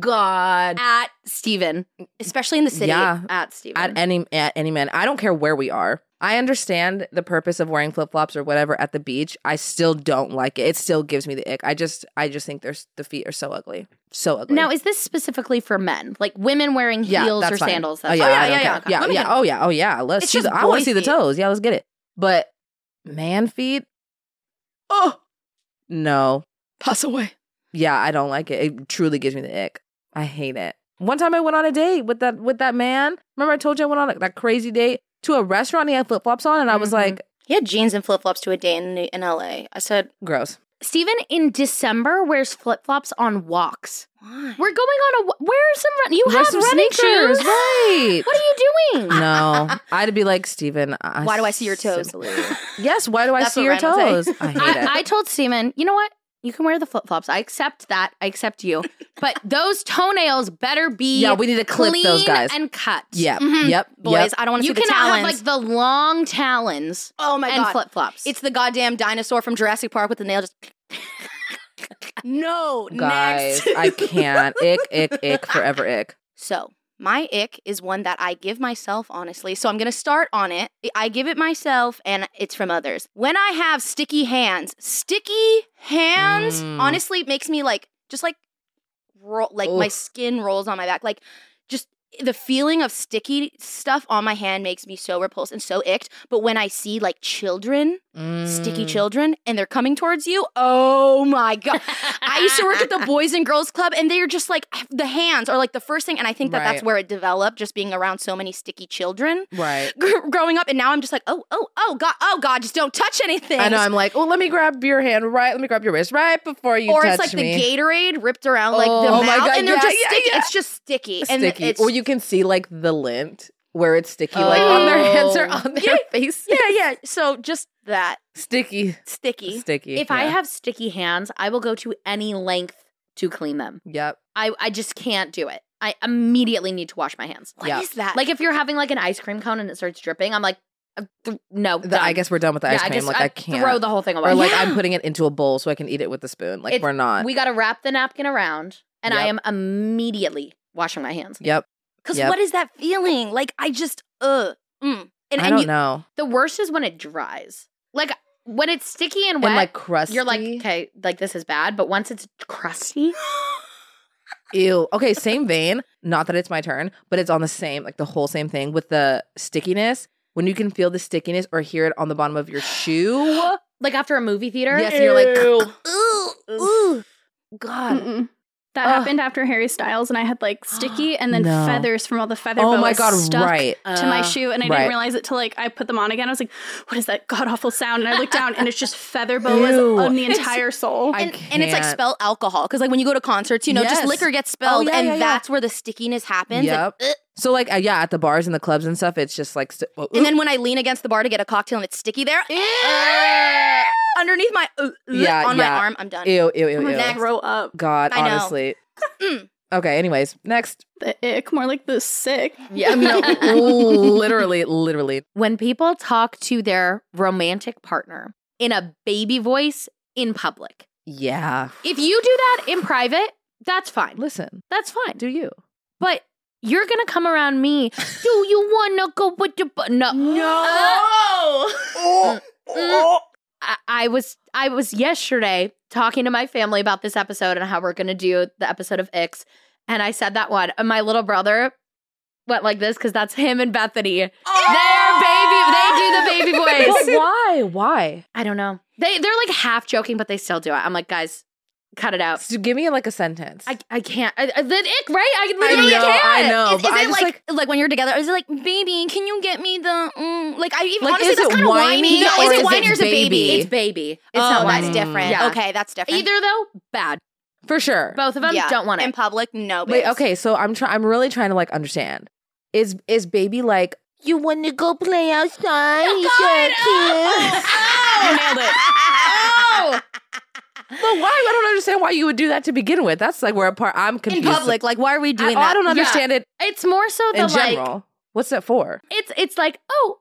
Speaker 2: God.
Speaker 1: at Steven.
Speaker 3: especially in the city.
Speaker 2: Yeah.
Speaker 1: at Steven.
Speaker 2: At any at any man. I don't care where we are. I understand the purpose of wearing flip flops or whatever at the beach. I still don't like it. It still gives me the ick. I just I just think there's the feet are so ugly. So ugly.
Speaker 1: now, is this specifically for men? Like women wearing
Speaker 2: Yeah,
Speaker 1: heels
Speaker 2: that's
Speaker 1: or
Speaker 2: fine.
Speaker 1: sandals?
Speaker 2: Oh
Speaker 1: that's
Speaker 2: yeah,
Speaker 1: fine.
Speaker 2: yeah,
Speaker 3: yeah, yeah,
Speaker 2: yeah, yeah,
Speaker 3: okay.
Speaker 2: yeah,
Speaker 3: Let me get-
Speaker 2: Oh yeah, oh yeah. Let's
Speaker 3: It's
Speaker 2: see.
Speaker 3: just
Speaker 2: The, I want to
Speaker 3: boy
Speaker 2: see the
Speaker 3: feet.
Speaker 2: toes. Yeah, let's get it. But man feet. Oh no.
Speaker 3: Pass away.
Speaker 2: Yeah, I don't like it. It truly gives me the ick. I hate it. One time I went on a date with that with that man. Remember I told you I went on a, that crazy date to a
Speaker 3: Mm-hmm.
Speaker 2: restaurant. He had flip flops on, and I was
Speaker 1: Mhm.
Speaker 2: like,
Speaker 3: He had jeans and flip flops to a day in in L.A. I said,
Speaker 2: gross.
Speaker 1: Steven in December wears flip flops on walks.
Speaker 3: Why?
Speaker 1: We're going on a. wa- Wear some run. You
Speaker 2: Wear
Speaker 1: have
Speaker 2: some
Speaker 1: running shoes.
Speaker 2: sneakers, right?
Speaker 1: What are you doing?
Speaker 2: No, I'd be like Steven.
Speaker 3: Why do I see your toes?
Speaker 2: Yes, why do I
Speaker 3: That's
Speaker 2: see
Speaker 3: what
Speaker 2: your
Speaker 3: Ryan would
Speaker 2: toes? I hate
Speaker 1: I,
Speaker 2: it.
Speaker 1: I told Steven, you know what? You can wear the flip flops. I accept that. I accept you. But those toenails better be
Speaker 2: yeah, we need to clip
Speaker 1: clean
Speaker 2: those guys.
Speaker 1: and Mm-hmm. cut.
Speaker 2: yep,
Speaker 3: Mhm.
Speaker 2: yep,
Speaker 3: Boys,
Speaker 2: yep.
Speaker 3: I don't want to see
Speaker 1: You
Speaker 3: the
Speaker 1: cannot have
Speaker 3: talons.
Speaker 1: like the long talons
Speaker 3: oh my
Speaker 1: and
Speaker 3: god,
Speaker 1: flip flops.
Speaker 3: it's the goddamn dinosaur from Jurassic Park with the nail. Just no,
Speaker 2: Guys,
Speaker 3: next.
Speaker 2: I can't. Ick, ick, ick, forever ick.
Speaker 3: So, my ick is one that I give myself, honestly. So, I'm going to start on it. I give it myself and it's from others. When I have sticky hands, sticky hands
Speaker 2: Mm.
Speaker 3: honestly it makes me like just like roll like my
Speaker 2: Oof.
Speaker 3: skin rolls on my back. Like just the feeling of sticky stuff on my hand makes me so repulsed and so icked. But when I see like children, sticky
Speaker 2: Mm.
Speaker 3: children and they're coming towards you, oh my god. I used to work at the Boys and Girls Club, and they are just like the hands are like the first thing, and I think that that's
Speaker 2: Right.
Speaker 3: where it developed, just being around so many sticky children
Speaker 2: Right.
Speaker 3: gr- growing up, and now I'm just like, oh, oh, oh, god, oh, god, just don't touch anything.
Speaker 2: I know. I'm like, oh, let me grab your hand right. Let me grab your wrist right before you
Speaker 3: or
Speaker 2: touch
Speaker 3: it's like
Speaker 2: me.
Speaker 3: the Gatorade ripped around like the
Speaker 2: Oh
Speaker 3: mouth,
Speaker 2: my God,
Speaker 3: and they're
Speaker 2: yeah,
Speaker 3: just
Speaker 2: yeah,
Speaker 3: sticky.
Speaker 2: yeah.
Speaker 3: It's just sticky, and
Speaker 2: sticky,
Speaker 3: it's
Speaker 2: or you can see like the lint where it's sticky, like on their hands or
Speaker 3: Oh.
Speaker 2: on their
Speaker 3: Yeah,
Speaker 2: face.
Speaker 3: yeah, yeah. So just that
Speaker 2: Sticky,
Speaker 3: sticky.
Speaker 2: sticky.
Speaker 1: if I
Speaker 2: yeah.
Speaker 1: have sticky hands, I will go to any length to clean them.
Speaker 2: yep,
Speaker 1: I, I just can't do it. I immediately need to wash my hands.
Speaker 3: What is
Speaker 2: Yeah.
Speaker 3: that?
Speaker 1: Like if you're having like an ice cream cone and it starts dripping, I'm like, uh, th- no.
Speaker 2: The-
Speaker 1: done.
Speaker 2: I guess we're done with the
Speaker 1: Yeah,
Speaker 2: ice cream.
Speaker 1: just-
Speaker 2: like I, can't
Speaker 1: throw the whole thing away.
Speaker 2: or like
Speaker 1: Yeah.
Speaker 2: I'm putting it into a bowl so I can eat it with a spoon. Like
Speaker 1: It's-
Speaker 2: we're not.
Speaker 1: we got to wrap the napkin around, and I am
Speaker 2: Yep.
Speaker 1: immediately washing my hands.
Speaker 2: yep,
Speaker 3: because
Speaker 2: Yep.
Speaker 3: what is that feeling? Like I just uh, mm. and
Speaker 2: I
Speaker 3: and
Speaker 2: don't
Speaker 3: you
Speaker 2: know.
Speaker 1: The worst is when it dries. Like when it's sticky and wet,
Speaker 2: And like crusty.
Speaker 1: you're like, okay, like this is bad. But once it's crusty,
Speaker 2: Ew. Okay, same vein. Not that it's my turn, but it's on the same, like the whole same thing with the stickiness. When you can feel the stickiness or hear it on the bottom of your shoe.
Speaker 1: like after a movie theater, mm,
Speaker 2: Yes, and you're like,
Speaker 4: God. Um, That
Speaker 2: Ugh.
Speaker 4: happened after Harry Styles, and I had like sticky and then
Speaker 2: No.
Speaker 4: feathers from all the feather.
Speaker 2: oh
Speaker 4: boa
Speaker 2: my God,
Speaker 4: stuck
Speaker 2: right.
Speaker 4: To my
Speaker 1: Uh,
Speaker 4: shoe, and I
Speaker 2: right.
Speaker 4: didn't realize it till like I put them on again. I was like, "What is that god awful sound?" And I looked down, and it's just feather boas
Speaker 2: Ew.
Speaker 4: on the
Speaker 2: It's-
Speaker 4: entire sole.
Speaker 2: I
Speaker 3: and, and it's like
Speaker 2: can't.
Speaker 3: spell alcohol because like when you go to concerts, you know, just
Speaker 2: Yes.
Speaker 3: liquor gets spelled,
Speaker 2: Oh, yeah,
Speaker 3: and
Speaker 2: yeah, yeah.
Speaker 3: that's where the stickiness happens.
Speaker 2: Yep.
Speaker 3: And, uh,
Speaker 2: So like uh, yeah, at the bars and the clubs and stuff, it's just like st- oh,
Speaker 3: and then when I lean against the bar to get a cocktail and it's sticky there, uh, underneath my uh, uh,
Speaker 2: Yeah,
Speaker 3: on my
Speaker 2: yeah.
Speaker 3: arm, I'm done.
Speaker 2: ew ew ew ew.
Speaker 4: I'm gonna
Speaker 3: Next.
Speaker 4: throw up
Speaker 2: God,
Speaker 3: I know.
Speaker 2: honestly.
Speaker 3: Mm.
Speaker 2: okay. Anyways, next.
Speaker 4: the ick, more like the sick.
Speaker 1: yeah,
Speaker 2: No,
Speaker 1: no.
Speaker 2: literally, literally.
Speaker 1: when people talk to their romantic partner in a baby voice in public.
Speaker 2: Yeah.
Speaker 1: If you do that in private, that's fine.
Speaker 2: Listen,
Speaker 1: That's fine.
Speaker 2: do you?
Speaker 1: But you're gonna come around me. Do you wanna go with the bu-" no?
Speaker 3: Oh,
Speaker 1: Mm. I, I was I was yesterday talking to my family about this episode and how we're gonna do the episode of Ix, and I said that one. And my little brother went like this because that's him and Bethany. They're baby. They do the baby voice.
Speaker 2: why? Why?
Speaker 1: I don't know. They they're like half joking, but they still do it. I'm like, guys, cut it out.
Speaker 2: So give me like a sentence.
Speaker 1: I, I can't. I, I, the ick, right? I literally
Speaker 2: know,
Speaker 1: can't.
Speaker 2: I know,
Speaker 3: Is, is
Speaker 2: but I
Speaker 3: it
Speaker 2: just
Speaker 3: like, like when you're together? Is it like baby? Can you get me the mm, like? I even
Speaker 2: Like,
Speaker 3: honestly
Speaker 2: is
Speaker 3: that's
Speaker 2: it
Speaker 3: kind of whiny.
Speaker 2: whiny
Speaker 3: No,
Speaker 2: or
Speaker 3: is
Speaker 2: is
Speaker 3: it
Speaker 2: it
Speaker 3: whiny or is it baby?
Speaker 2: baby?
Speaker 1: It's baby. It's
Speaker 3: oh,
Speaker 1: not
Speaker 3: that's
Speaker 1: whiny.
Speaker 3: different.
Speaker 1: Yeah.
Speaker 3: Okay, that's different.
Speaker 1: Either though, bad.
Speaker 2: for sure.
Speaker 1: Both of them
Speaker 3: Yeah.
Speaker 1: don't want it.
Speaker 3: in public, no.
Speaker 2: Wait.
Speaker 3: babes.
Speaker 2: Okay. So I'm trying. I'm really trying to like understand. Is is baby like? You want to go play outside? Oh,
Speaker 3: You nailed it.
Speaker 2: But why? I don't understand why you would do that to begin with. That's like where a part I'm
Speaker 3: In
Speaker 2: confused.
Speaker 3: public, like why are we
Speaker 2: I,
Speaker 3: doing
Speaker 2: oh,
Speaker 3: that?
Speaker 2: I don't understand it
Speaker 1: It's more so the
Speaker 2: in
Speaker 1: like
Speaker 2: general. What's that for?
Speaker 1: it's it's like, oh,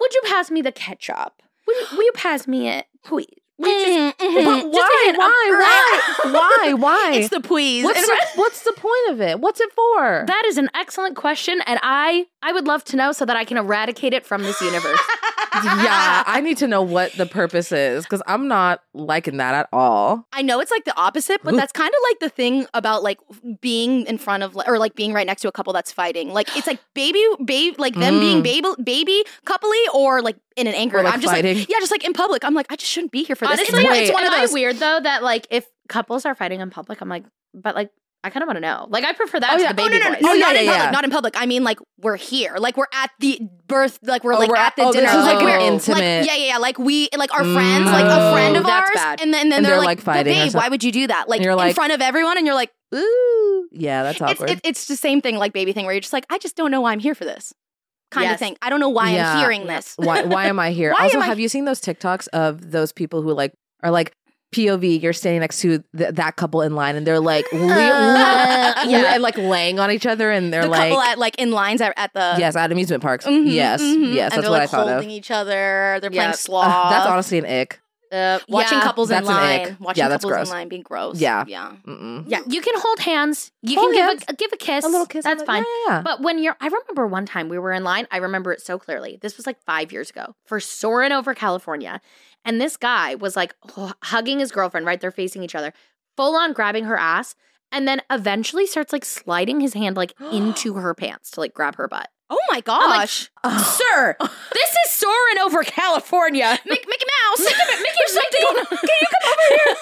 Speaker 1: would you pass me the ketchup? Would you, will you pass me it, please? Would you just-
Speaker 2: But why?
Speaker 1: hit a
Speaker 2: Why? Why? Why? Why?
Speaker 3: Mm-hmm. It's the please.
Speaker 2: what's the, what's the point of it? What's it for?
Speaker 1: That is an excellent question, and I I would love to know so that I can eradicate it from this universe.
Speaker 2: yeah, I need to know what the purpose is because I'm not liking that at all.
Speaker 3: I know it's like the opposite, but
Speaker 2: Ooh.
Speaker 3: that's kind of like the thing about like being in front of or like being right next to a couple that's fighting. Like it's like baby, babe, like them being
Speaker 2: Mm.
Speaker 3: baby, baby coupley, or like in an anger.
Speaker 2: Or, like,
Speaker 3: I'm just
Speaker 2: fighting.
Speaker 3: like yeah, just like in public. I'm like I just shouldn't be here for this.
Speaker 1: Honestly,
Speaker 3: it's,
Speaker 2: Wait.
Speaker 3: it's one of
Speaker 1: am I
Speaker 3: those.
Speaker 1: weird though that like if couples are fighting in public, I'm like, but like I kind of want to know. Like, I prefer that
Speaker 2: Oh,
Speaker 1: to
Speaker 2: yeah.
Speaker 1: the
Speaker 2: Oh,
Speaker 1: baby
Speaker 3: no, no,
Speaker 1: voice.
Speaker 3: no,
Speaker 2: Oh, yeah,
Speaker 3: not in
Speaker 2: yeah,
Speaker 3: public.
Speaker 2: yeah.
Speaker 3: Not in public. I mean, like we're here. Like we're at the birth. Like we're
Speaker 2: Oh,
Speaker 3: like
Speaker 2: we're
Speaker 3: at
Speaker 2: at-
Speaker 3: the
Speaker 2: oh, this
Speaker 3: dinner.
Speaker 2: is, like,
Speaker 3: like,
Speaker 2: an
Speaker 3: we're-
Speaker 2: intimate-
Speaker 3: Like, yeah, yeah, yeah. Like we, like our friends, like a
Speaker 2: Mm.
Speaker 3: friend of
Speaker 2: Oh, that's
Speaker 3: ours,
Speaker 1: bad.
Speaker 3: and then and then
Speaker 2: And
Speaker 3: they're,
Speaker 2: they're,
Speaker 3: like,
Speaker 2: like, fighting or
Speaker 3: well, babe, why
Speaker 2: something."
Speaker 3: would you do that? Like
Speaker 2: And you're
Speaker 3: in
Speaker 2: like-
Speaker 3: front of everyone, and you're like,
Speaker 2: Ooh. Yeah, that's
Speaker 3: it's,
Speaker 2: awkward.
Speaker 3: it, it's the same thing like baby thing where you're just like, I just don't know why I'm here for this kind
Speaker 1: Yes.
Speaker 3: of thing. I don't know why
Speaker 2: Yeah.
Speaker 3: I'm hearing this.
Speaker 2: why why am I here?
Speaker 3: Why
Speaker 2: also,
Speaker 3: am I-
Speaker 2: have you seen those TikToks of those people who like are like POV, you're standing next to th- that couple in line and they're like le-
Speaker 3: Uh, yeah.
Speaker 2: and like laying on each other and they're
Speaker 3: the
Speaker 2: like
Speaker 3: couple at like in lines at, at the
Speaker 2: yes, at amusement parks.
Speaker 3: Mhm,
Speaker 2: yes.
Speaker 3: mhm. and
Speaker 2: Yes, that's
Speaker 3: they're
Speaker 2: what
Speaker 3: like
Speaker 2: I thought of.
Speaker 3: holding each other. They're
Speaker 1: Yeah.
Speaker 3: playing
Speaker 1: Ugh,
Speaker 3: sloth.
Speaker 2: Ugh, that's honestly an ick.
Speaker 1: Uh,
Speaker 3: watching
Speaker 1: yeah.
Speaker 3: couples in
Speaker 2: that's an ick.
Speaker 3: line. Watching
Speaker 2: Yeah, that's
Speaker 3: couples
Speaker 2: gross.
Speaker 3: in line being gross.
Speaker 2: Yeah.
Speaker 3: yeah.
Speaker 2: Mm-mm.
Speaker 3: Yeah.
Speaker 1: You can hold hands. You
Speaker 2: Hold
Speaker 1: can
Speaker 2: hands.
Speaker 1: give a give a kiss.
Speaker 2: A little kiss.
Speaker 1: That's
Speaker 2: on the-
Speaker 1: fine.
Speaker 2: Yeah, yeah.
Speaker 1: But when you're, I remember one time we were in line. I remember it so clearly. This was like five years ago for soaring over California. And this guy was like h- hugging his girlfriend, right? They're facing each other, full on grabbing her ass. And then eventually starts like sliding his hand like into her pants to like grab her butt.
Speaker 3: Oh my gosh.
Speaker 1: Sir, this is soaring over California.
Speaker 3: Mick- Mickey Mouse.
Speaker 1: Mickey, Mickey, something. Can you come over here?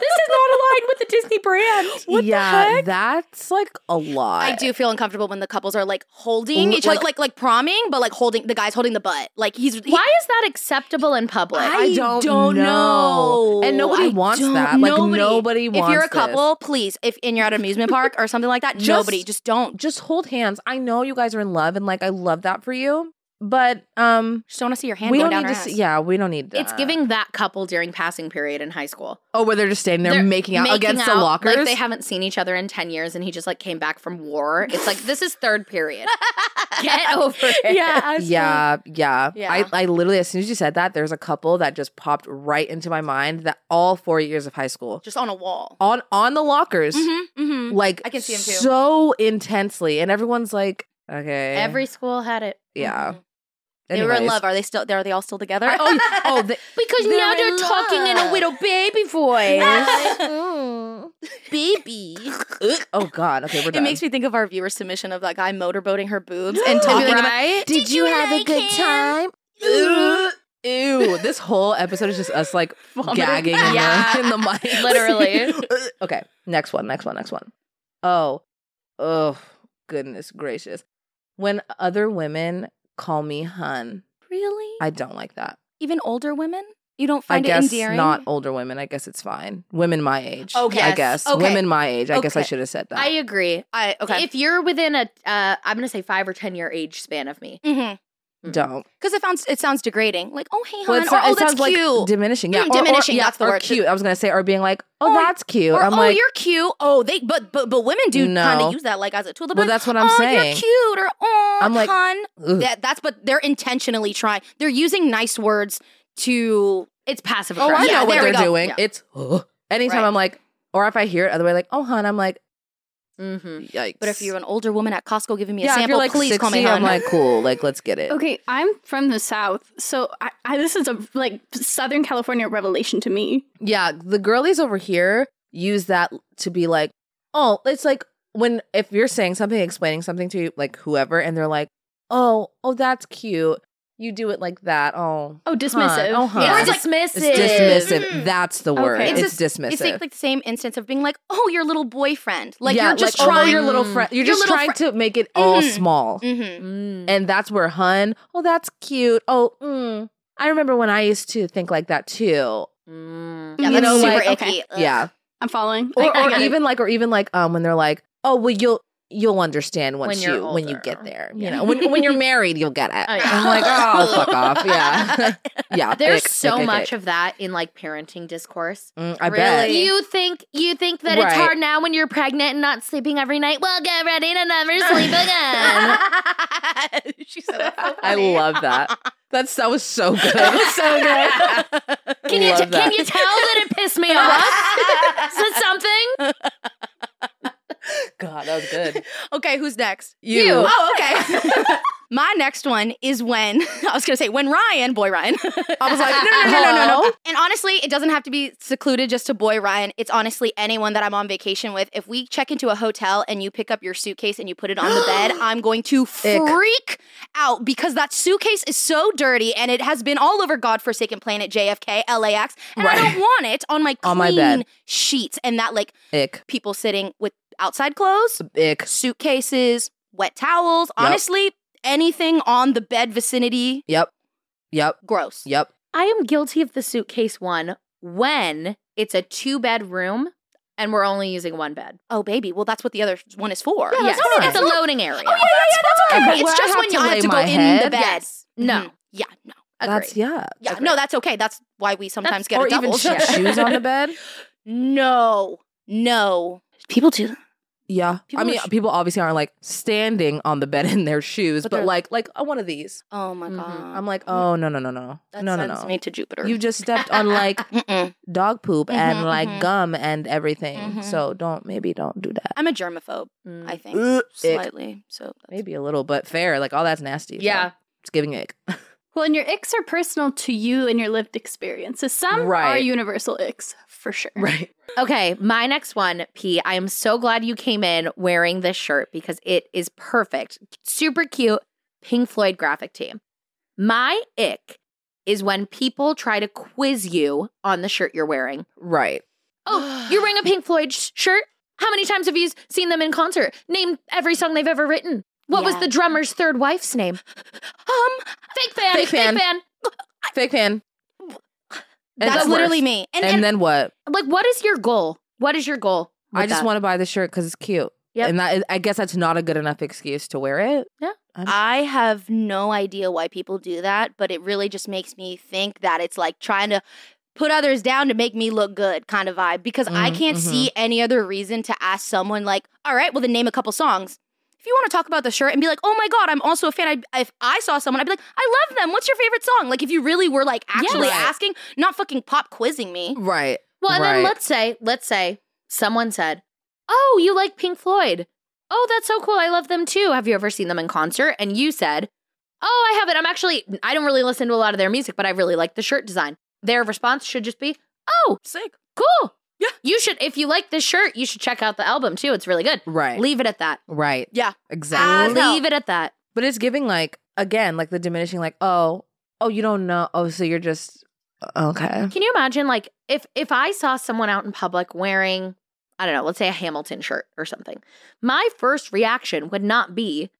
Speaker 1: This is not aligned with the Disney brand.
Speaker 2: yeah, that's like a lot.
Speaker 3: I do feel uncomfortable when the couples are like holding
Speaker 2: L-
Speaker 3: each other,
Speaker 2: like-
Speaker 3: like like proming, but like holding the guy's holding the butt. Like he's he-
Speaker 1: Why is that acceptable in public?
Speaker 2: I don't know. And nobody wants
Speaker 3: don't-
Speaker 2: that. Like, nobody
Speaker 3: If you're
Speaker 2: wants
Speaker 3: a couple, please, if and you're at an amusement park or something like that,
Speaker 2: Just-
Speaker 3: nobody just don't.
Speaker 2: Just hold hands. I know you guys are in love, and like I love that for you. But um,
Speaker 3: Just don't want to see your hand
Speaker 2: we
Speaker 3: going
Speaker 2: don't
Speaker 3: down
Speaker 2: need
Speaker 3: her
Speaker 2: to.
Speaker 3: ass.
Speaker 2: See, yeah, we don't need. That.
Speaker 1: It's giving that couple during passing period in high school.
Speaker 2: Oh, where they're just standing there making out against the
Speaker 1: out
Speaker 2: lockers.
Speaker 1: Like they haven't seen each other in 10 years and he just like came back from war. It's like, this is third period. Get over it.
Speaker 3: yeah,
Speaker 2: yeah, yeah,
Speaker 3: Yeah.
Speaker 2: I, I literally, as soon as you said that, there's a couple that just popped right into my mind. That all four years of high school
Speaker 3: just on a wall.
Speaker 2: on on the lockers,
Speaker 3: Mm-hmm, mm-hmm.
Speaker 2: like
Speaker 3: I can see 'em too.
Speaker 2: so intensely, and everyone's like, okay,
Speaker 1: Every school had it.
Speaker 2: yeah.
Speaker 3: They were in
Speaker 2: Anyways.
Speaker 3: love. Are they still? Are they all still together?
Speaker 2: oh, oh, they,
Speaker 1: Because
Speaker 2: They're
Speaker 1: now they're
Speaker 2: in
Speaker 1: talking in a
Speaker 2: love.
Speaker 1: little baby voice.
Speaker 3: baby.
Speaker 2: oh God. Okay, we're
Speaker 3: It
Speaker 2: done.
Speaker 3: makes me think of our viewer submission of that guy motorboating her boobs and Tim being like,
Speaker 1: right?
Speaker 2: Did you, have a good time? Ew. Ew. This whole episode is just us like gagging in,
Speaker 1: Yeah.
Speaker 2: the, in the mic.
Speaker 1: Literally.
Speaker 2: okay. Next one. Next one. Next one. Oh. Oh, goodness gracious. When other women call me hun,
Speaker 3: Really?
Speaker 2: I don't like that.
Speaker 3: Even older women? You don't
Speaker 2: I
Speaker 3: find
Speaker 2: guess
Speaker 3: it endearing?
Speaker 2: not older women. I guess it's fine. Women my age.
Speaker 3: Okay.
Speaker 2: I
Speaker 3: Yes.
Speaker 2: guess.
Speaker 3: Okay.
Speaker 2: Women my age. I guess I
Speaker 3: Okay.
Speaker 2: should have said that.
Speaker 1: I agree.
Speaker 3: I okay.
Speaker 1: If you're within a, uh, I'm going to say five or 10 year age span of me.
Speaker 3: mm-hmm.
Speaker 2: don't.
Speaker 3: Because it sounds it sounds degrading. Like, oh hey,
Speaker 2: Well,
Speaker 3: hon,
Speaker 2: it
Speaker 3: or
Speaker 2: so-
Speaker 3: oh
Speaker 2: it
Speaker 3: that's
Speaker 2: sounds
Speaker 3: cute.
Speaker 2: like diminishing. Yeah,
Speaker 3: Mm,
Speaker 2: or- or-
Speaker 3: diminishing,
Speaker 2: yeah,
Speaker 3: that's the
Speaker 2: or
Speaker 3: word.
Speaker 2: Cute. I was gonna say, or being like, oh,
Speaker 3: Or-
Speaker 2: that's cute.
Speaker 3: or
Speaker 2: I'm
Speaker 3: oh,
Speaker 2: like,
Speaker 3: you're cute. Oh, they but but but women do
Speaker 2: No.
Speaker 3: kind of use that like as a tool. They'll be
Speaker 2: Well,
Speaker 3: like,
Speaker 2: that's what I'm
Speaker 3: oh,
Speaker 2: saying.
Speaker 3: You're cute, or oh,
Speaker 2: I'm like,
Speaker 3: hon.
Speaker 2: Ugh.
Speaker 3: That that's but they're intentionally trying. They're using nice words to.
Speaker 1: It's passive
Speaker 2: Oh, I
Speaker 1: aggressive.
Speaker 3: Yeah,
Speaker 2: know what
Speaker 3: there we
Speaker 2: they're
Speaker 3: go.
Speaker 2: doing.
Speaker 3: Yeah.
Speaker 2: It's ugh. anytime
Speaker 3: Right.
Speaker 2: I'm like, or if I hear it other way, like, oh, hun, I'm like,
Speaker 1: Mm-hmm.
Speaker 2: yikes.
Speaker 3: But if you're an older woman at Costco giving me a
Speaker 2: yeah, if
Speaker 3: sample,
Speaker 2: you're like
Speaker 3: please
Speaker 2: 60,
Speaker 3: call me hon.
Speaker 2: I'm like, cool, like, let's get it.
Speaker 4: Okay, I'm from the South, so I, I, this is a like Southern California revelation to me.
Speaker 2: Yeah, the girlies over here use that to be like, oh, it's like when if you're saying something, explaining something to like whoever, and they're like, oh, oh, that's cute. You do it like that. Oh,
Speaker 4: Oh, dismissive.
Speaker 2: Oh, hun.
Speaker 1: It's
Speaker 2: It's
Speaker 1: dismissive.
Speaker 2: It's dismissive.
Speaker 3: Mm.
Speaker 2: That's the word.
Speaker 4: Okay.
Speaker 2: It's,
Speaker 4: It's
Speaker 2: dismissive.
Speaker 3: It's like, like the same instance of being like, oh, your little boyfriend. Like
Speaker 2: Yeah,
Speaker 3: you're just
Speaker 2: like, oh,
Speaker 3: trying
Speaker 2: your little friend. You're
Speaker 3: your
Speaker 2: just
Speaker 3: little
Speaker 2: trying to make it all
Speaker 3: Mhm.
Speaker 2: small,
Speaker 3: Mm-hmm.
Speaker 1: Mm.
Speaker 2: and that's where hun. Oh, that's cute. Oh, mm. I remember when I used to think like that too.
Speaker 1: Mm.
Speaker 3: Yeah,
Speaker 4: You
Speaker 3: that's
Speaker 2: know,
Speaker 3: super
Speaker 4: like-
Speaker 3: icky.
Speaker 4: okay.
Speaker 3: Ugh.
Speaker 2: Yeah,
Speaker 4: I'm following.
Speaker 2: or,
Speaker 4: I- I
Speaker 2: or
Speaker 4: get it.
Speaker 2: even like, or even like, um, when they're like, oh, well, you'll you'll understand once
Speaker 1: you're
Speaker 2: you when you
Speaker 1: older.
Speaker 2: get there. You
Speaker 1: Yeah.
Speaker 2: know, when when you're married, you'll get it.
Speaker 1: Oh, yeah.
Speaker 2: I'm like, oh, fuck off. Yeah, yeah.
Speaker 1: There's
Speaker 2: ick,
Speaker 1: so
Speaker 2: ick, ick,
Speaker 1: much
Speaker 2: ick.
Speaker 1: of that in like parenting discourse.
Speaker 2: Mm, I bet.
Speaker 3: Really?
Speaker 1: You think you think that
Speaker 2: Right.
Speaker 1: it's hard now when you're pregnant and not sleeping every night? Well, get ready to never sleep again.
Speaker 3: she said that. so
Speaker 2: I
Speaker 3: funny.
Speaker 2: love that. That's that was so good. so good.
Speaker 1: Can you t- can you tell that it pissed me off? Is it something?
Speaker 2: God, that was good.
Speaker 3: Okay, who's next?
Speaker 2: You.
Speaker 3: Oh, okay. My next one is when I was gonna say when Ryan, boy Ryan.
Speaker 2: I was like,
Speaker 3: no, no, no, no,
Speaker 2: no.
Speaker 3: and honestly, it doesn't have to be secluded just to boy Ryan. It's honestly anyone that I'm on vacation with. If we check into a hotel and you pick up your suitcase and you put it on the bed, I'm going to freak out because that suitcase is so dirty and it has been all over godforsaken planet JFK, LAX, and I
Speaker 2: Right.
Speaker 3: don't want it on my clean
Speaker 2: On my bed.
Speaker 3: sheets and that like
Speaker 2: Ick.
Speaker 3: people sitting with outside clothes,
Speaker 2: Ick.
Speaker 3: suitcases, wet towels, honestly, anything on the bed vicinity.
Speaker 2: Yep. Yep.
Speaker 3: Gross.
Speaker 2: Yep.
Speaker 1: I am guilty of the suitcase one when it's a two bed room and we're only using one bed.
Speaker 3: Oh, baby. Well, that's what the other one is for.
Speaker 2: Yeah, that's fine.
Speaker 1: it's a loading area.
Speaker 3: Oh yeah,
Speaker 2: But
Speaker 3: It's
Speaker 2: where I
Speaker 3: just
Speaker 2: have
Speaker 3: when
Speaker 2: to
Speaker 3: you
Speaker 2: lay
Speaker 3: have to go
Speaker 2: my
Speaker 3: in the
Speaker 2: head?
Speaker 3: bed.
Speaker 1: Yes. No.
Speaker 3: Mhm. Yeah, no.
Speaker 1: Agreed.
Speaker 2: That's yeah.
Speaker 3: Yeah, no, that's okay. That's why we sometimes get
Speaker 2: or
Speaker 3: a double.
Speaker 2: even
Speaker 1: Yeah.
Speaker 2: just shoes on the bed.
Speaker 3: No, no. People do that.
Speaker 2: Yeah.
Speaker 3: People
Speaker 2: I mean,
Speaker 3: with sh-
Speaker 2: people obviously aren't like standing on the bed in their shoes,
Speaker 3: But
Speaker 2: but,
Speaker 3: they're-
Speaker 2: like like oh, one of these.
Speaker 3: Oh my
Speaker 1: Mhm.
Speaker 3: god.
Speaker 2: I'm like, oh no no no no
Speaker 3: that
Speaker 2: no no
Speaker 3: sends
Speaker 2: no.
Speaker 3: me to Jupiter.
Speaker 2: You just stepped on like
Speaker 3: Mm-mm.
Speaker 2: dog poop
Speaker 3: Mhm,
Speaker 2: and like
Speaker 3: mhm.
Speaker 2: gum and everything.
Speaker 3: Mhm.
Speaker 2: So don't maybe don't do that.
Speaker 3: I'm a germaphobe,
Speaker 1: Mm.
Speaker 3: I think.
Speaker 2: Ugh, ick.
Speaker 3: Slightly. So that's-
Speaker 2: Maybe a little, but fair. Like all that's nasty.
Speaker 1: Yeah.
Speaker 2: It's giving ick.
Speaker 4: Well, and your icks are personal to you and your lived experiences. Some are
Speaker 2: Right.
Speaker 4: universal icks for sure.
Speaker 2: Right.
Speaker 1: Okay, my next one, P. I am so glad you came in wearing this shirt because it is perfect. Super cute Pink Floyd graphic tee. My ick is when people try to quiz you on the shirt you're wearing.
Speaker 2: Right.
Speaker 1: Oh, you're wearing a Pink Floyd sh- shirt? How many times have you seen them in concert? Name every song they've ever written. What was
Speaker 3: Yeah.
Speaker 1: the drummer's third wife's name?
Speaker 3: um
Speaker 1: Fake fan.
Speaker 2: Fake fan.
Speaker 1: Fake fan.
Speaker 2: Fake fan. And
Speaker 3: that's
Speaker 2: the
Speaker 3: literally
Speaker 2: worst.
Speaker 3: me. And,
Speaker 2: And,
Speaker 3: and-
Speaker 2: then what?
Speaker 1: Like, what is your goal? What is your goal? with
Speaker 2: I just
Speaker 1: that?
Speaker 2: want to buy the shirt because it's cute.
Speaker 1: Yep.
Speaker 2: And that is, I guess that's not a good enough excuse to wear it.
Speaker 3: I have no idea why people do that, but it really just makes me think that it's like trying to put others down to make me look good kind of vibe because I
Speaker 2: Mm,
Speaker 3: can't see any other reason to ask someone like, "All right, well then name a couple songs." If you want to talk about the shirt and be like, "Oh my god, I'm also a fan." I, if I saw someone, I'd be like, "I love them. What's your favorite song?" Like if you really were like actually
Speaker 2: Yes.
Speaker 3: asking, not fucking pop quizzing me.
Speaker 2: Right.
Speaker 1: Well, and then
Speaker 2: Right.
Speaker 1: let's say, let's say someone said, Oh, you like Pink Floyd. Oh, that's so cool. I love them too. Have you ever seen them in concert? And you said, Oh, I haven't. I'm actually, I don't really listen to a lot of their music, but I really like the shirt design. Their response should just be, Oh,
Speaker 3: Sick.
Speaker 1: cool.
Speaker 3: Yeah.
Speaker 1: You should, if you like this shirt, you should check out the album too. It's really good.
Speaker 2: Right.
Speaker 1: Leave it at that.
Speaker 2: right.
Speaker 3: Yeah.
Speaker 2: Exactly.
Speaker 3: no.
Speaker 1: Leave it at that.
Speaker 2: But it's giving like again, like the diminishing, like oh, oh, you don't know. Oh, so you're just uh, okay.
Speaker 1: Can you imagine, like, if if I saw someone out in public wearing, I don't know, let's say a Hamilton shirt or something, my first reaction would not be,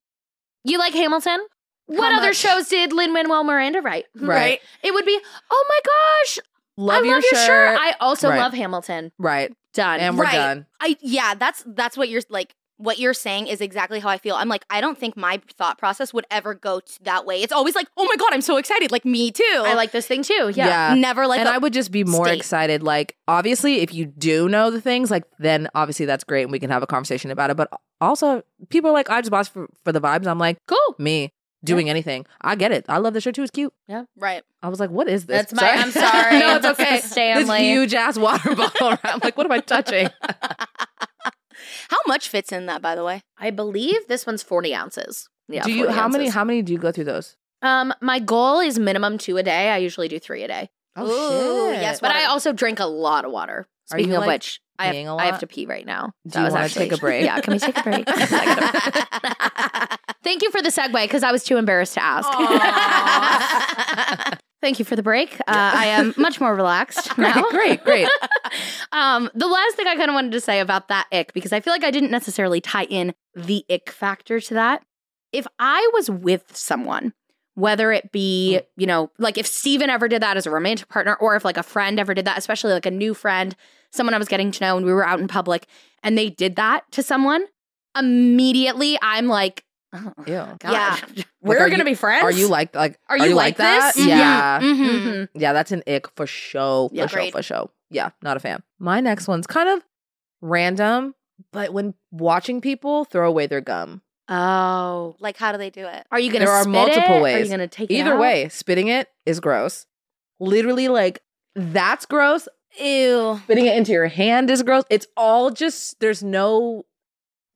Speaker 1: "You like Hamilton? What
Speaker 3: How
Speaker 1: other
Speaker 3: much?"
Speaker 1: shows did Lin Manuel Miranda write?"
Speaker 2: Right.
Speaker 1: It would be, "Oh my gosh,
Speaker 2: Love,
Speaker 1: I
Speaker 2: your,
Speaker 1: love your shirt. I also
Speaker 2: Right.
Speaker 1: love Hamilton."
Speaker 2: right.
Speaker 1: Done.
Speaker 2: And we're
Speaker 3: Right.
Speaker 2: done.
Speaker 3: I yeah, that's that's what you're like what you're saying is exactly how I feel. I'm like I don't think my thought process would ever go t- that way. It's always like, "Oh my god, I'm so excited." Like me too.
Speaker 1: I like this thing too. Yeah.
Speaker 3: never Mm, like
Speaker 2: and
Speaker 3: a-
Speaker 2: I would just be more
Speaker 3: state.
Speaker 2: excited. Like, obviously, if you do know the things, like, then obviously that's great and we can have a conversation about it. But also, people are like, I just bought for, for the vibes. I'm like,
Speaker 1: Cool.
Speaker 2: me doing anything. I get it. I love the shirt too. It's cute.
Speaker 3: right.
Speaker 2: I was like, what is this?
Speaker 1: That's my- I'm sorry.
Speaker 2: no, it's okay.
Speaker 1: Stanley.
Speaker 2: This huge ass water bottle. I'm like, what am I touching?
Speaker 3: How much fits in that by the way?
Speaker 1: I believe this one's forty ounces. Yeah.
Speaker 2: do you,
Speaker 1: 40
Speaker 2: how many,
Speaker 1: ounces.
Speaker 2: how many do you go through those?
Speaker 1: um, my goal is minimum two a day. I usually do three a day.
Speaker 3: Ooh, yes,
Speaker 1: But
Speaker 3: Water.
Speaker 1: I also drink a lot of water.
Speaker 2: Oh, Are you,
Speaker 1: Speaking of
Speaker 2: like,
Speaker 1: which, I have,
Speaker 2: peeing a
Speaker 1: I have
Speaker 2: lot?
Speaker 1: to pee right now.
Speaker 2: Do
Speaker 1: That
Speaker 2: you
Speaker 1: was
Speaker 2: wanna
Speaker 1: actually-
Speaker 2: take a break?
Speaker 1: Yeah, can we take a break? Thank you for the segue because I was too embarrassed to ask. Thank you for the break. Uh, I am much more relaxed now.
Speaker 2: Great, great.
Speaker 1: Um, the last thing I kind of wanted to say about that ick, because I feel like I didn't necessarily tie in the ick factor to that. If I was with someone, whether it be,
Speaker 2: Mm.
Speaker 1: you know, like if Steven ever did that as a romantic partner, or if like a friend ever did that, especially like a new friend, someone I was getting to know and we were out in public and they did that to someone, immediately I'm like, oh,
Speaker 2: Ew.
Speaker 1: God.
Speaker 3: Yeah.
Speaker 1: We're
Speaker 2: are
Speaker 1: going to
Speaker 2: you-
Speaker 1: be friends.
Speaker 2: Are you like, like,
Speaker 1: Are you like
Speaker 2: that?
Speaker 1: this?
Speaker 2: Yeah. Mm-hmm.
Speaker 3: Mhm.
Speaker 1: Mhm.
Speaker 2: Yeah, that's an ick for show, for
Speaker 3: Yeah.
Speaker 2: show,
Speaker 3: Agreed.
Speaker 2: for show. Yeah, not a fan. My next one's kind of random, but when watching people throw away their gum,
Speaker 1: Oh.
Speaker 3: Like how do they do it?
Speaker 1: Are you going to
Speaker 2: There are
Speaker 1: spit
Speaker 2: multiple
Speaker 1: it? Are you
Speaker 2: ways.
Speaker 1: going to take it
Speaker 2: either
Speaker 1: out?
Speaker 2: way, spitting it is gross. Literally, like that's gross.
Speaker 3: Ew.
Speaker 2: Spitting it into your hand is gross. It's all just there's no,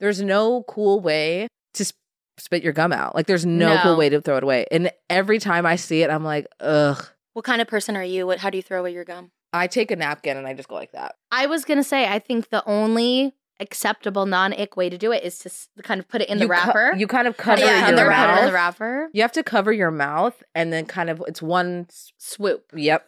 Speaker 2: there's no cool way to sp- spit your gum out. Like there's no,
Speaker 1: No.
Speaker 2: cool way to throw it away. And every time I see it, I'm like, ugh.
Speaker 3: What kind of person are you? What how do you throw away your gum?
Speaker 2: I take a napkin and I just go like that.
Speaker 1: I was gonna say, I think the only acceptable non-ick way to do it is to s- kind of put it in the
Speaker 2: You cu-
Speaker 1: wrapper.
Speaker 2: you kind of
Speaker 1: Put
Speaker 2: cover
Speaker 1: it in
Speaker 3: Yeah,
Speaker 2: your
Speaker 1: the wrapper,
Speaker 2: mouth.
Speaker 1: in the wrapper.
Speaker 2: You have to cover your mouth and then kind of it's one. s-
Speaker 1: Swoop.
Speaker 2: Yep.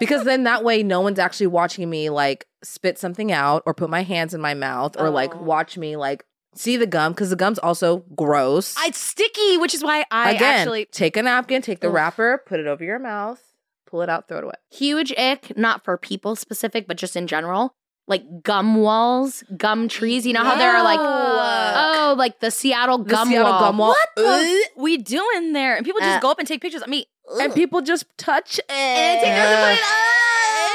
Speaker 2: because then that way no one's actually watching me like spit something out or put my hands in my mouth or like
Speaker 3: Oh.
Speaker 2: watch me like see the gum because the gum's also gross.
Speaker 3: It's sticky, which is why I
Speaker 2: Again,
Speaker 3: actually
Speaker 2: take a napkin, take the
Speaker 3: Ugh.
Speaker 2: wrapper, put it over your mouth, pull it out, throw it away.
Speaker 1: Huge ick, not for people specific, but just in general. Like gum walls, gum trees. You know how there are like, oh, like the Seattle
Speaker 2: The
Speaker 1: gum
Speaker 2: Seattle
Speaker 1: wall.
Speaker 2: gum wall.
Speaker 3: what the we doing there? And people just
Speaker 1: Uh,
Speaker 3: go up oh." and take pictures. I mean,
Speaker 2: And people just touch it.
Speaker 3: and take pictures and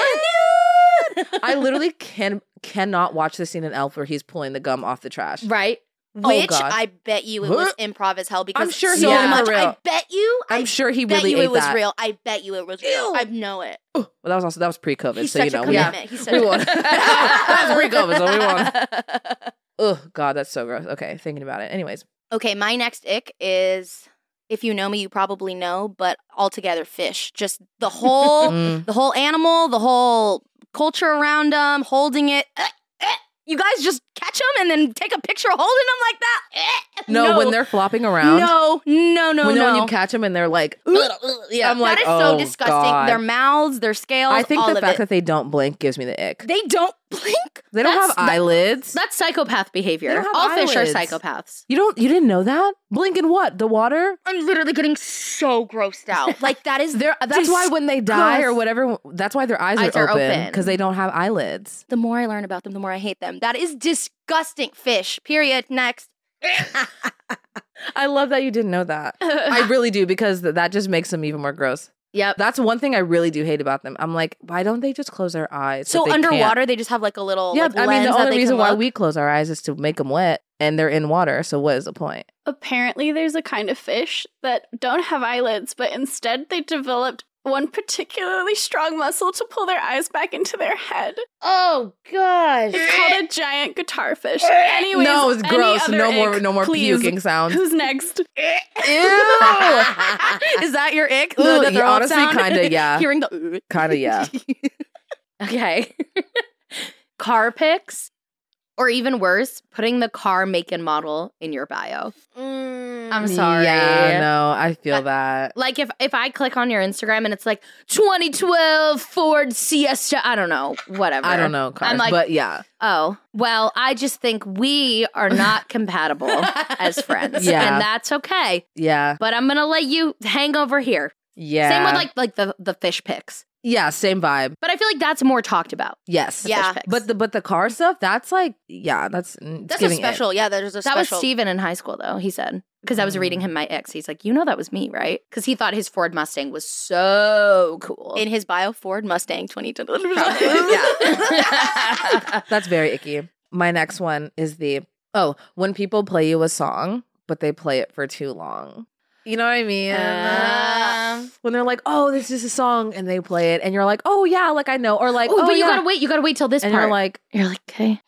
Speaker 3: put it up.
Speaker 2: I literally can cannot watch the scene in Elf where he's pulling the gum off the trash.
Speaker 1: Right?
Speaker 3: Which
Speaker 2: Oh, God.
Speaker 3: I bet you it
Speaker 2: Huh?
Speaker 3: was improv as hell because
Speaker 2: I'm sure
Speaker 1: he
Speaker 3: so
Speaker 1: was for
Speaker 3: much.
Speaker 2: real.
Speaker 3: I bet you.
Speaker 2: I'm
Speaker 3: I
Speaker 2: sure he
Speaker 3: bet
Speaker 2: really
Speaker 3: you
Speaker 2: ate
Speaker 3: it was
Speaker 2: that.
Speaker 3: real. I bet you it was real. I know it.
Speaker 2: Well, that was also that was pre-COVID,
Speaker 3: He's
Speaker 2: so
Speaker 3: such
Speaker 2: you know
Speaker 3: a
Speaker 2: we
Speaker 3: commitment. He's such
Speaker 2: we
Speaker 3: a
Speaker 2: won. That was pre-COVID, so we
Speaker 3: won.
Speaker 2: Oh God, that's so gross. Okay, thinking about it. Anyways,
Speaker 3: Okay, my next ick is if you know me, you probably know, but altogether fish. Just the whole
Speaker 2: Mm.
Speaker 3: the whole animal, the whole culture around them, holding it. Eh, eh. You guys just catch them and then take a picture holding them like that. Eh.
Speaker 2: no, when they're flopping around,
Speaker 3: no, no, no,
Speaker 2: when,
Speaker 3: no.
Speaker 2: when you catch them and they're like,
Speaker 3: yeah,
Speaker 2: I'm like,
Speaker 3: that is
Speaker 2: "Oh,
Speaker 3: so disgusting.
Speaker 2: God."
Speaker 3: Their mouths, their scales.
Speaker 2: I think
Speaker 3: all
Speaker 2: the
Speaker 3: of
Speaker 2: fact
Speaker 3: it.
Speaker 2: that they don't blink gives me the ick.
Speaker 3: they don't blink.
Speaker 2: They don't have
Speaker 1: That's- that-
Speaker 2: eyelids.
Speaker 1: That's psychopath
Speaker 2: They
Speaker 1: behavior.
Speaker 2: don't have
Speaker 1: All fish are
Speaker 2: eyelids.
Speaker 1: psychopaths.
Speaker 2: you don't. You didn't know that. Blink in what? The water.
Speaker 3: I'm literally getting so grossed out. Like that is
Speaker 2: They're, that's why when they die or
Speaker 3: Disgust.
Speaker 2: whatever, that's why their eyes,
Speaker 1: Eyes
Speaker 2: are
Speaker 1: are
Speaker 2: open
Speaker 1: open.
Speaker 2: because they don't have eyelids.
Speaker 3: the more I learn about them, the more I hate them. That is disgusting. Fish. Period. Next.
Speaker 2: I love that you didn't know that. I really do because th- that just makes them even more gross.
Speaker 1: Yep.
Speaker 2: That's one thing I really do hate about them. I'm like, why don't they just close their eyes?
Speaker 3: so
Speaker 2: if they can't?
Speaker 3: underwater, they just have like a little.
Speaker 2: Yeah,
Speaker 3: like,
Speaker 2: I mean
Speaker 3: lens
Speaker 2: the
Speaker 3: that
Speaker 2: only
Speaker 3: they
Speaker 2: reason
Speaker 3: can
Speaker 2: why
Speaker 3: look.
Speaker 2: we close our eyes is to make them wet, and they're in water. So what is the point?
Speaker 4: Apparently, there's a kind of fish that don't have eyelids, but instead they developed one particularly strong muscle to pull their eyes back into their head.
Speaker 1: Oh, gosh.
Speaker 4: It's called a giant guitar fish. Anyways,
Speaker 2: no, it's
Speaker 4: any
Speaker 2: gross.
Speaker 4: other
Speaker 2: No more,
Speaker 4: ick,
Speaker 2: no more
Speaker 4: please.
Speaker 2: puking sounds.
Speaker 4: Who's next?
Speaker 3: is that your ick?
Speaker 2: Ooh,
Speaker 3: The, the
Speaker 2: yeah,
Speaker 3: throw
Speaker 2: honestly, kinda, yeah.
Speaker 3: Hearing the.
Speaker 2: Kind of yeah.
Speaker 1: Okay. car pics, or even worse, putting the car make and model in your bio. I'm sorry.
Speaker 2: Mm, Yeah, no, I feel that.
Speaker 1: Like if if I click on your Instagram and it's like 2012 Ford Siesta, I don't know, whatever.
Speaker 2: I don't know, cars,
Speaker 1: I'm like-
Speaker 2: but yeah,
Speaker 1: Oh, well, I just think we are not compatible as friends.
Speaker 2: Yeah.
Speaker 1: And that's okay.
Speaker 2: yeah,
Speaker 1: But I'm gonna let you hang over here.
Speaker 2: yeah.
Speaker 1: Same with like like the, the fish pics.
Speaker 2: yeah, same vibe.
Speaker 1: But I feel like that's more talked about.
Speaker 2: Yes,
Speaker 1: the
Speaker 3: Yeah.
Speaker 1: fish pics.
Speaker 2: But the but the car stuff, that's like yeah, that's mm, it's
Speaker 3: That's a
Speaker 2: giving it.
Speaker 3: special. Yeah, there's a
Speaker 1: That was
Speaker 3: special.
Speaker 1: Steven in high school, though, he said. Because I was reading him my ex. He's like, you know that was me, right? Because he thought his Ford Mustang was so cool.
Speaker 3: in his bio, Ford Mustang 2010.
Speaker 1: yeah.
Speaker 2: That's very icky. My next one is the oh when people play you a song but they play it for too long. You know what I mean?
Speaker 1: Uh.
Speaker 2: when they're like, "Oh, this is a song," and they play it, and you're like, "Oh yeah, like I know," or like,
Speaker 1: Ooh,
Speaker 2: "Oh,
Speaker 1: but you
Speaker 2: yeah,"
Speaker 1: gotta wait. You gotta wait till this
Speaker 2: and
Speaker 1: part.
Speaker 2: you're like,
Speaker 1: you're like, okay.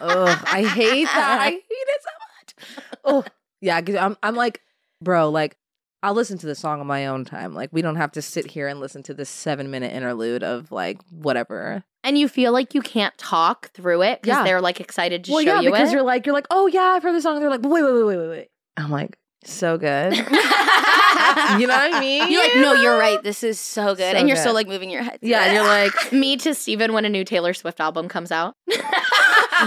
Speaker 2: "Ugh, I hate that. I hate it so much." Oh yeah, 'cause I'm I'm like, bro, like I'll listen to the song on my own time. Like we don't have to sit here and listen to this seven minute interlude of like whatever.
Speaker 1: And you feel like you can't talk through it because
Speaker 2: Yeah.
Speaker 1: they're like excited to
Speaker 2: well,
Speaker 1: show
Speaker 2: yeah,
Speaker 1: you
Speaker 2: because
Speaker 1: it.
Speaker 2: you're like, you're like, "Oh yeah, I've heard the song." They're like, "Wait, wait, wait, wait, wait, wait." I'm like, so good. you know what I mean?
Speaker 3: You're like, no, you're right. This is so good.
Speaker 2: So
Speaker 3: and you're still
Speaker 2: good.
Speaker 3: like moving your head.
Speaker 2: yeah, and you're like,
Speaker 1: Me to Steven when a new Taylor Swift album comes out.
Speaker 3: When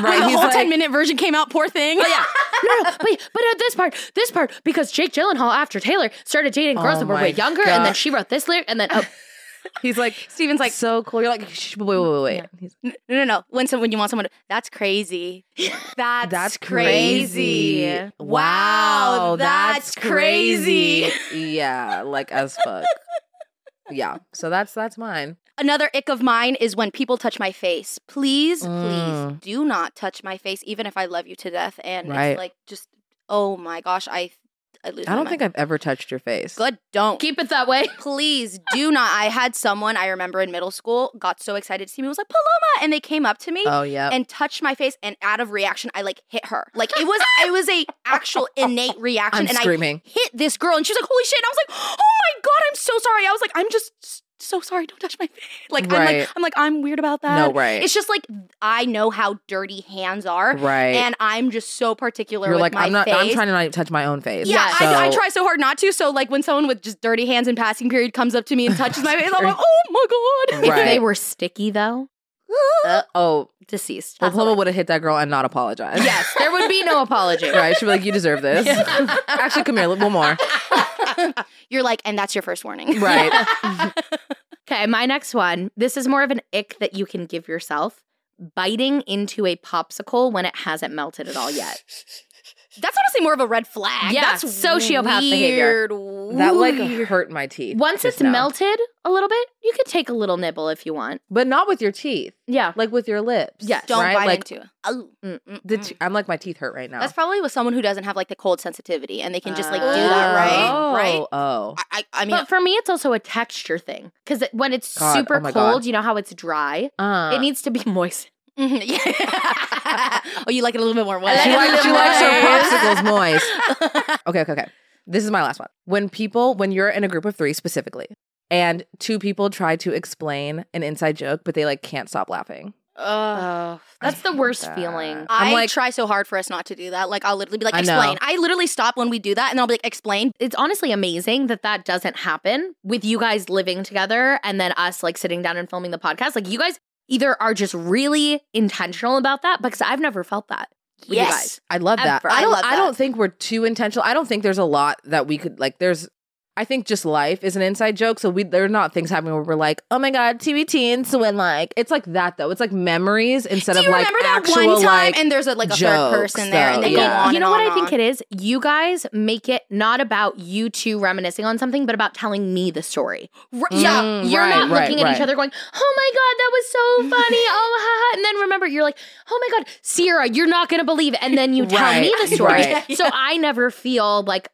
Speaker 2: right?
Speaker 3: the
Speaker 2: he's
Speaker 3: whole
Speaker 2: like,
Speaker 3: 10 minute version came out, poor thing.
Speaker 1: yeah. No, no, but but at this part, this part, because Jake Gyllenhaal after Taylor started dating girls
Speaker 2: Oh
Speaker 1: that were
Speaker 2: my
Speaker 1: way younger,
Speaker 2: God.
Speaker 1: and then she wrote this lyric, and then oh,
Speaker 2: he's like,
Speaker 3: Steven's like,
Speaker 2: so cool. You're like, Shh, wait, wait, wait, wait. He's
Speaker 3: no, no, no. When, some, when you want someone to, that's crazy. That's,
Speaker 2: That's
Speaker 3: crazy.
Speaker 2: crazy.
Speaker 3: Wow, that's crazy.
Speaker 2: yeah, like as fuck. Yeah. So that's that's mine.
Speaker 3: Another ick of mine is when people touch my face. Please,
Speaker 2: Mm.
Speaker 3: please do not touch my face, even if I love you to death. And
Speaker 2: Right.
Speaker 3: it's like, just, oh my gosh, I, I lose
Speaker 2: I don't think I've ever touched your face.
Speaker 3: Good, don't.
Speaker 1: keep it that way.
Speaker 3: Please do not. I had someone I remember in middle school got so excited to see me, was like, Paloma. And they came up to me.
Speaker 2: Oh yeah.
Speaker 3: and touched my face and out of reaction I like hit her. Like it was it was a actual innate reaction
Speaker 2: I'm
Speaker 3: and
Speaker 2: screaming.
Speaker 3: I hit this girl and she was like holy shit. And I was like, "Oh my god, I'm so sorry." I was like, "I'm just so sorry, don't touch my face. Like I'm
Speaker 2: Right.
Speaker 3: like I'm like I'm weird about that.
Speaker 2: No, right.
Speaker 3: It's just like I know how dirty hands are,
Speaker 2: right.
Speaker 3: and I'm just so particular
Speaker 2: You're
Speaker 3: with
Speaker 2: like,
Speaker 3: my
Speaker 2: I'm not,
Speaker 3: face.
Speaker 2: I'm trying to not even touch my own face.
Speaker 3: yeah,
Speaker 2: So-
Speaker 3: I, I try so hard not to. So like when someone with just dirty hands in passing period comes up to me and touches my face, I'm like, oh my god.
Speaker 1: If
Speaker 2: Right.
Speaker 1: they were sticky though,
Speaker 2: Oh,
Speaker 1: deceased.
Speaker 2: well, Plumbo would have hit that girl and not apologized.
Speaker 1: yes, there would be no apology.
Speaker 2: Right. She'd be like, you deserve this. Actually, come here, a little more.
Speaker 3: You're like, and that's your first warning.
Speaker 2: Right.
Speaker 1: Okay, my next one. This is more of an ick that you can give yourself. Biting into a popsicle when it hasn't melted at all yet.
Speaker 3: That's honestly more of a red flag.
Speaker 1: Yeah,
Speaker 3: that's
Speaker 1: sociopath behavior.
Speaker 3: weird, behavior.
Speaker 2: That like hurt my teeth.
Speaker 1: Once
Speaker 2: just
Speaker 1: it's
Speaker 2: now.
Speaker 1: melted a little bit, you could take a little nibble if you want.
Speaker 2: But not with your teeth,
Speaker 1: Yeah.
Speaker 2: like with your lips.
Speaker 1: Yes.
Speaker 3: don't
Speaker 2: right?
Speaker 3: bite
Speaker 2: like,
Speaker 3: into. it. Oh,
Speaker 1: Mm,
Speaker 2: The te- I'm like, my teeth hurt right now.
Speaker 3: That's probably with someone who doesn't have like the cold sensitivity, and they can just like do
Speaker 2: Oh.
Speaker 3: that, right? Right.
Speaker 2: Oh.
Speaker 3: I, I, I mean,
Speaker 1: But for me, it's also a texture thing. Because when it's
Speaker 2: God,
Speaker 1: super
Speaker 2: oh my
Speaker 1: cold,
Speaker 2: God.
Speaker 1: you know how it's dry?
Speaker 2: Uh,
Speaker 1: it needs to be moist.
Speaker 3: mhm, yeah. oh, you like it a little bit more. wet.
Speaker 2: she
Speaker 1: Like,
Speaker 2: likes, she
Speaker 1: little
Speaker 2: likes her
Speaker 1: moist.
Speaker 2: popsicles moist. Okay, okay, okay. This is my last one. When people, when you're in a group of three specifically, and two people try to explain an inside joke, but they like can't stop laughing.
Speaker 3: Ugh.
Speaker 1: Oh, that's the
Speaker 2: hate
Speaker 1: worst
Speaker 2: that.
Speaker 1: feeling.
Speaker 2: I'm
Speaker 3: I
Speaker 2: like-
Speaker 3: try so hard for us not to do that. Like I'll literally be like,
Speaker 2: I know.
Speaker 3: explain. I literally stop when we do that, and then I'll be like, explain.
Speaker 1: It's honestly amazing that that doesn't happen with you guys living together and then us like sitting down and filming the podcast. Like, you guys either are just really intentional about that because I've never felt that with you guys.
Speaker 2: I love that.
Speaker 1: Ever.
Speaker 2: I
Speaker 3: I
Speaker 2: don't.
Speaker 3: love
Speaker 2: I,
Speaker 3: that.
Speaker 2: don't think we're too intentional. I don't think there's a lot that we could like. There's. I think just life is an inside joke, so we there are not things happening where we're like, oh my god, TBT, and so when like it's like that though. It's like memories instead
Speaker 3: Do
Speaker 2: of
Speaker 3: you
Speaker 2: like
Speaker 3: remember that
Speaker 2: actual
Speaker 3: one time?
Speaker 2: like.
Speaker 3: and there's a, like a third
Speaker 2: jokes,
Speaker 3: person there, and
Speaker 2: though,
Speaker 3: they go
Speaker 2: yeah.
Speaker 3: on.
Speaker 1: you know
Speaker 3: and
Speaker 1: what
Speaker 3: on
Speaker 1: I think
Speaker 3: and
Speaker 1: it is? You guys make it not about you two reminiscing on something, but about telling me the story.
Speaker 3: on. Right-
Speaker 1: Yeah,
Speaker 2: Mm,
Speaker 1: you're
Speaker 2: right,
Speaker 1: not
Speaker 2: right,
Speaker 1: looking at
Speaker 2: right.
Speaker 1: each other going, "Oh my god, that was so funny!" Oh, haha! And then remember, you're like, "Oh my god, Sierra, you're not gonna believe." it." And then you tell me
Speaker 2: Right,
Speaker 1: the story.
Speaker 2: right.
Speaker 1: So I never feel like,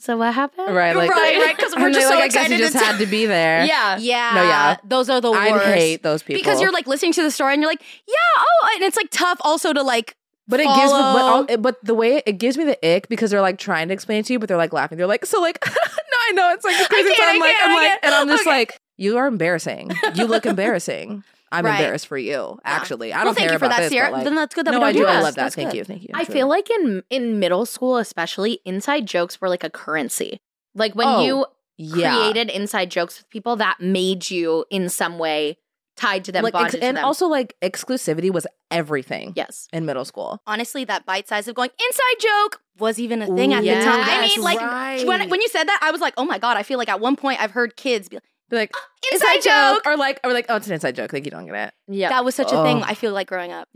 Speaker 1: "So what happened?"
Speaker 2: Right, like,
Speaker 3: Right, right, 'cause we're
Speaker 2: and they're
Speaker 3: just so
Speaker 2: like, I guess you
Speaker 3: excited
Speaker 2: just
Speaker 3: to
Speaker 2: had to be there.
Speaker 1: Yeah.
Speaker 3: Yeah.
Speaker 2: No, yeah.
Speaker 3: Those are the worst.
Speaker 2: I hate those people
Speaker 3: Because you're like listening to the story and you're like, yeah, oh, and it's like tough also to like,
Speaker 2: But it gives me, but,
Speaker 3: follow-
Speaker 2: all, but the way it, gives me the ick because they're like trying to explain it to you, but they're like laughing. They're like, so like, no, I know it's like the crazy.
Speaker 3: can't,
Speaker 2: So I'm
Speaker 3: I
Speaker 2: like,
Speaker 3: can't,
Speaker 2: I'm
Speaker 3: I
Speaker 2: like,
Speaker 3: can't.
Speaker 2: and I'm just
Speaker 3: Okay.
Speaker 2: like, you are embarrassing. You look embarrassing. I'm
Speaker 3: Right.
Speaker 2: embarrassed for you. Actually, I don't
Speaker 3: well, thank
Speaker 2: care
Speaker 3: you for
Speaker 2: about
Speaker 3: that,
Speaker 2: this, but,
Speaker 3: Sierra.
Speaker 2: like-
Speaker 3: then that's good that
Speaker 2: no,
Speaker 3: we don't
Speaker 2: I do.
Speaker 3: do
Speaker 2: I
Speaker 3: that.
Speaker 2: love that.
Speaker 3: That's
Speaker 2: Thank
Speaker 3: good.
Speaker 2: you. Thank you.
Speaker 1: I feel like in in middle school, especially, inside jokes were like a currency. Like when
Speaker 2: Oh,
Speaker 1: you
Speaker 2: yeah.
Speaker 1: created inside jokes with people, that made you in some way tied to them,
Speaker 2: Like,
Speaker 1: bonded
Speaker 2: ex- and
Speaker 1: to them.
Speaker 2: also like exclusivity was everything
Speaker 1: yes.
Speaker 2: in middle school.
Speaker 3: Honestly, that bite size of going inside joke was even a thing at
Speaker 1: yes,
Speaker 3: the time. I mean, like
Speaker 2: right.
Speaker 3: when when you said that, I was like, oh my god. I feel like at one point I've heard kids be like,
Speaker 2: Be like
Speaker 3: inside, joke.
Speaker 2: or like or like oh it's an inside joke. Like you don't get it.
Speaker 1: Yeah.
Speaker 3: That was such a thing.
Speaker 2: Ugh.
Speaker 3: I feel like growing up.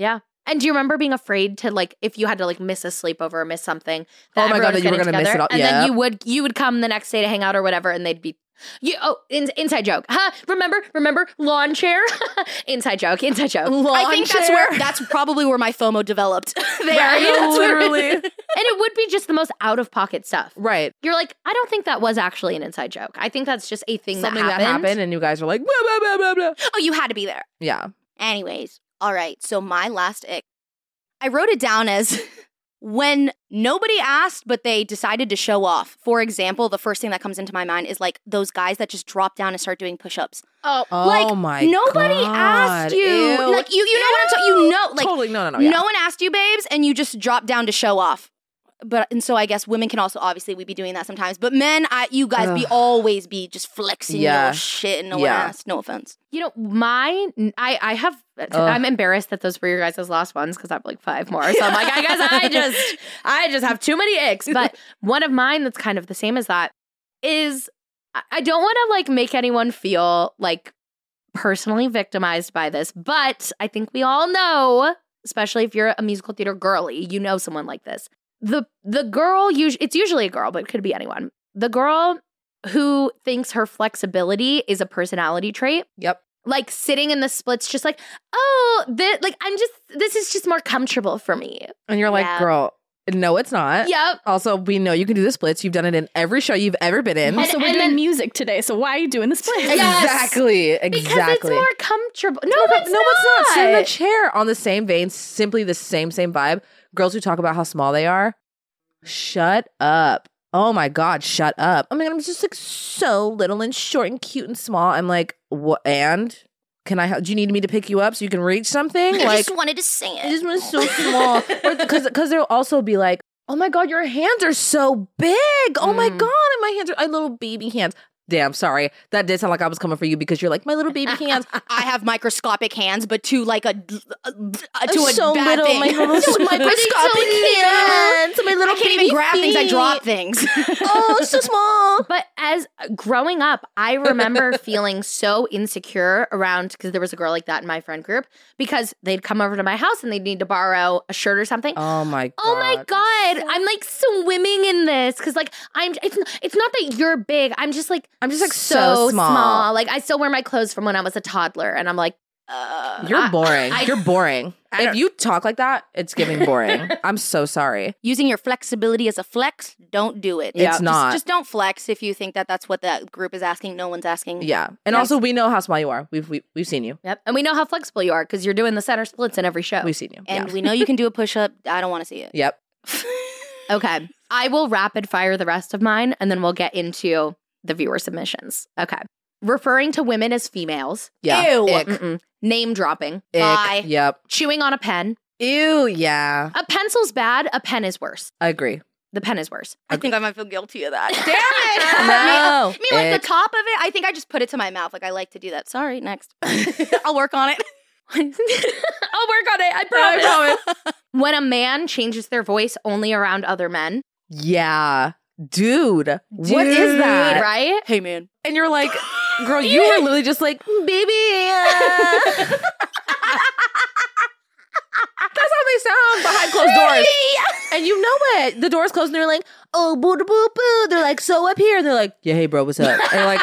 Speaker 1: And do you remember being afraid to like if you had to like miss a sleepover or miss something?
Speaker 2: Oh my
Speaker 1: everyone
Speaker 2: God,
Speaker 1: was
Speaker 2: that you were
Speaker 1: getting
Speaker 2: gonna miss
Speaker 1: together,
Speaker 2: it all-
Speaker 1: And
Speaker 2: yeah.
Speaker 1: then you would you would come the next day to hang out or whatever, and they'd be you oh in, inside joke, huh? Remember, remember lawn chair, inside joke, inside joke.
Speaker 3: I think that's where that's probably where my FOMO developed. there, That's where-
Speaker 2: literally.
Speaker 1: and it would be just the most out of pocket stuff.
Speaker 2: right.
Speaker 1: You're like, I don't think that was actually an inside joke. I think that's just a thing
Speaker 2: Something
Speaker 1: that happened.
Speaker 2: and you guys are like blah blah blah blah blah.
Speaker 3: oh, you had to be there.
Speaker 2: Yeah.
Speaker 3: Anyways, all right. So my last ick, I wrote it down as when nobody asked, but they decided to show off. For example, the first thing that comes into my mind is like those guys that just drop down and start doing push-ups.
Speaker 1: Oh,
Speaker 2: Oh
Speaker 3: like
Speaker 2: my
Speaker 3: nobody asked
Speaker 2: God.
Speaker 3: you.
Speaker 2: Ew.
Speaker 3: Like you, you know what I'm talking. You know, like
Speaker 2: totally no no no. Oh, Yeah.
Speaker 3: no one asked you, babes, and you just dropped down to show off. But and so I guess women can also obviously we be doing that sometimes. But men, I you guys be
Speaker 2: Ugh.
Speaker 3: always be just flexing
Speaker 2: Yeah.
Speaker 3: your shit and no
Speaker 2: Yeah.
Speaker 3: one asked. No offense.
Speaker 1: You know, my I I have I'm embarrassed that those were your guys' last ones because I have like five more. So I'm like, I guess I just I just have too many icks. But one of mine that's kind of the same as that is I- I don't want to like make anyone feel like personally victimized by this, but I think we all know, especially if you're a musical theater girly, you know someone like this. The the girl usually it's usually a girl, but it could be anyone. The girl who thinks her flexibility is a personality trait
Speaker 2: Yep.
Speaker 1: like sitting in the splits, just like, oh, thi- like I'm just this is just more comfortable for me.
Speaker 2: And you're like,
Speaker 3: Yeah.
Speaker 2: girl, no, it's not.
Speaker 1: Yep.
Speaker 2: Also, we know you can do the splits. You've done it in every show you've ever been in.
Speaker 4: Also, we're
Speaker 1: and
Speaker 4: doing
Speaker 1: then-
Speaker 4: music today, so why are you doing the split?
Speaker 1: Yes.
Speaker 2: Exactly.
Speaker 1: Because
Speaker 2: Exactly.
Speaker 1: it's more comfortable. No, it's
Speaker 2: no,
Speaker 1: not.
Speaker 2: it's not. Sit in the chair on the same vein, simply the same, same vibe. Girls who talk about how small they are, shut up. oh my God, shut up. I mean, I'm just like so little and short and cute and small. I'm like, what? And can I, help? do you need me to pick you up so you can reach something?
Speaker 3: I
Speaker 2: Like,
Speaker 3: just wanted to sing it.
Speaker 2: this one's so small. Because they'll also be like, oh my God, your hands are so big. Oh my
Speaker 1: Mm.
Speaker 2: God, and my hands are, I little baby hands. Damn, sorry. That did sound like I was coming for you because you're like, my little baby hands.
Speaker 3: I have microscopic hands, but to like a, a, a uh, to a
Speaker 2: so
Speaker 3: bad
Speaker 2: little,
Speaker 3: thing.
Speaker 2: my little
Speaker 3: To a
Speaker 2: microscopic hands, my little
Speaker 3: I can't
Speaker 2: baby
Speaker 3: even grab things. I
Speaker 2: feet.
Speaker 3: drop things.
Speaker 2: oh, it's so small.
Speaker 1: But as uh, growing up, I remember feeling so insecure around because there was a girl like that in my friend group because they'd come over to my house and they'd need to borrow a shirt or something.
Speaker 2: Oh my God.
Speaker 1: Oh my god, I'm like swimming in this because like I'm. It's n- it's not that you're big. I'm just like
Speaker 2: I'm just like so, small.
Speaker 1: Like I still wear my clothes from when I was a toddler, and I'm like, uh,
Speaker 2: You're
Speaker 1: I-
Speaker 2: boring.
Speaker 1: I-
Speaker 2: You're boring.
Speaker 1: I
Speaker 2: if
Speaker 1: don't-
Speaker 2: you talk like that, it's giving boring. I'm so sorry.
Speaker 3: Using your flexibility as a flex, don't do it.
Speaker 2: It's
Speaker 3: Just-
Speaker 2: not.
Speaker 3: Just don't flex if you think that that's what that group is asking. No one's asking.
Speaker 2: Yeah. And
Speaker 3: Yes.
Speaker 2: also, we know how small you are. We've we, we've seen you.
Speaker 1: Yep. And we know how flexible you are because you're doing the center splits in every show.
Speaker 2: We've seen you.
Speaker 3: Oh. And
Speaker 2: yeah.
Speaker 3: we know you can do a push up. I don't want to see it.
Speaker 2: Yep.
Speaker 1: Okay. I will rapid fire the rest of mine and then we'll get into the viewer submissions. Okay. Referring to women as females.
Speaker 2: Yeah.
Speaker 3: Ew.
Speaker 2: Ick.
Speaker 1: Mm-mm. Name dropping.
Speaker 2: Ick.
Speaker 3: Bye.
Speaker 2: Yep.
Speaker 1: Chewing on a pen.
Speaker 2: Ew. Yeah.
Speaker 1: A pencil's bad. A pen is worse.
Speaker 2: I agree.
Speaker 1: The pen is worse.
Speaker 3: I think I might feel guilty of that.
Speaker 2: No.
Speaker 3: Me, like
Speaker 2: Ick.
Speaker 3: the top of it, I think I just put it to my mouth. Like I like to do that. Sorry, next. I'll work on it.
Speaker 1: I'll work on it. I promise. when a man changes their voice only around other men.
Speaker 2: Yeah. Dude, What is that?
Speaker 1: Right?
Speaker 3: Hey man.
Speaker 2: And you're like, girl, you were literally just like, "Mm, baby. uh." That's how they sound behind closed doors. And you know it. The door's closed and they're like, oh, boo, da, boo, boo. They're like, so up here. And they're like, yeah, hey, bro, what's up? And you're like,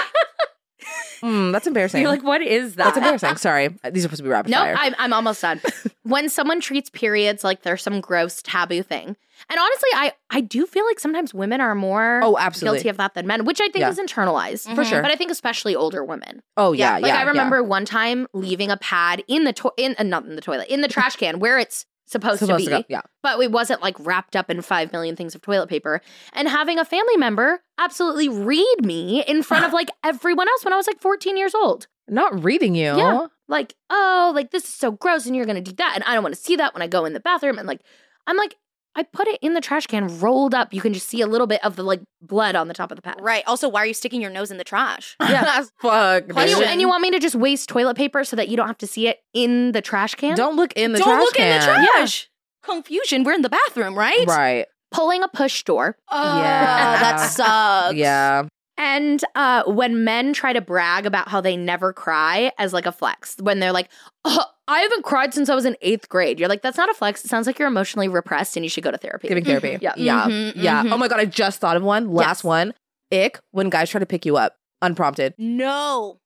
Speaker 2: mm, that's embarrassing.
Speaker 1: You're like, what is that?
Speaker 2: that's embarrassing. Sorry. These are supposed to be rapid
Speaker 1: No,
Speaker 2: fire.
Speaker 1: I'm, I'm almost done. when someone treats periods like they're some gross taboo thing, and honestly, I I do feel like sometimes women are more
Speaker 2: oh, absolutely.
Speaker 1: guilty of that than men, which I think
Speaker 2: Yeah.
Speaker 1: is internalized.
Speaker 2: For sure.
Speaker 1: But I think especially older women.
Speaker 2: oh, yeah.
Speaker 1: like
Speaker 2: yeah,
Speaker 1: I
Speaker 2: yeah.
Speaker 1: remember one time leaving a pad in the to- in uh, not in the toilet in the trash can where it's supposed, to
Speaker 2: Supposed
Speaker 1: be,
Speaker 2: to go. Yeah.
Speaker 1: but it wasn't like wrapped up in five million things of toilet paper. And having a family member absolutely read me in front of like everyone else when I was like 14 years old
Speaker 2: Not reading you.
Speaker 1: Yeah. like, oh, like this is so gross and you're gonna do that. And I don't wanna see that when I go in the bathroom. And like, I'm like, I put it in the trash can rolled up. You can just see a little bit of the like blood on the top of the pad.
Speaker 3: Right. Also, why are you sticking your nose in the trash?
Speaker 2: Yeah. Fuck.
Speaker 1: And you,
Speaker 2: bitch.
Speaker 1: and you want me to just waste toilet paper so that you don't have to see it in the trash can?
Speaker 2: Don't look in the
Speaker 3: Don't
Speaker 2: trash
Speaker 3: look
Speaker 2: can.
Speaker 3: in the trash. Confusion. We're in the bathroom, right?
Speaker 2: Right.
Speaker 1: Pulling a push door.
Speaker 3: Oh,
Speaker 2: Yeah.
Speaker 3: that sucks.
Speaker 2: Yeah.
Speaker 1: And uh, when men try to brag about how they never cry as like a flex, when they're like, oh, I haven't cried since I was in eighth grade. You're like, that's not a flex. It sounds like you're emotionally repressed and you should go to therapy.
Speaker 2: Giving therapy.
Speaker 1: Yeah.
Speaker 2: Yeah.
Speaker 3: Mhm,
Speaker 2: Yeah.
Speaker 3: mhm.
Speaker 2: Oh my God. I just thought of one. Last
Speaker 1: Yes.
Speaker 2: one. Ick when guys try to pick you up unprompted.
Speaker 3: No.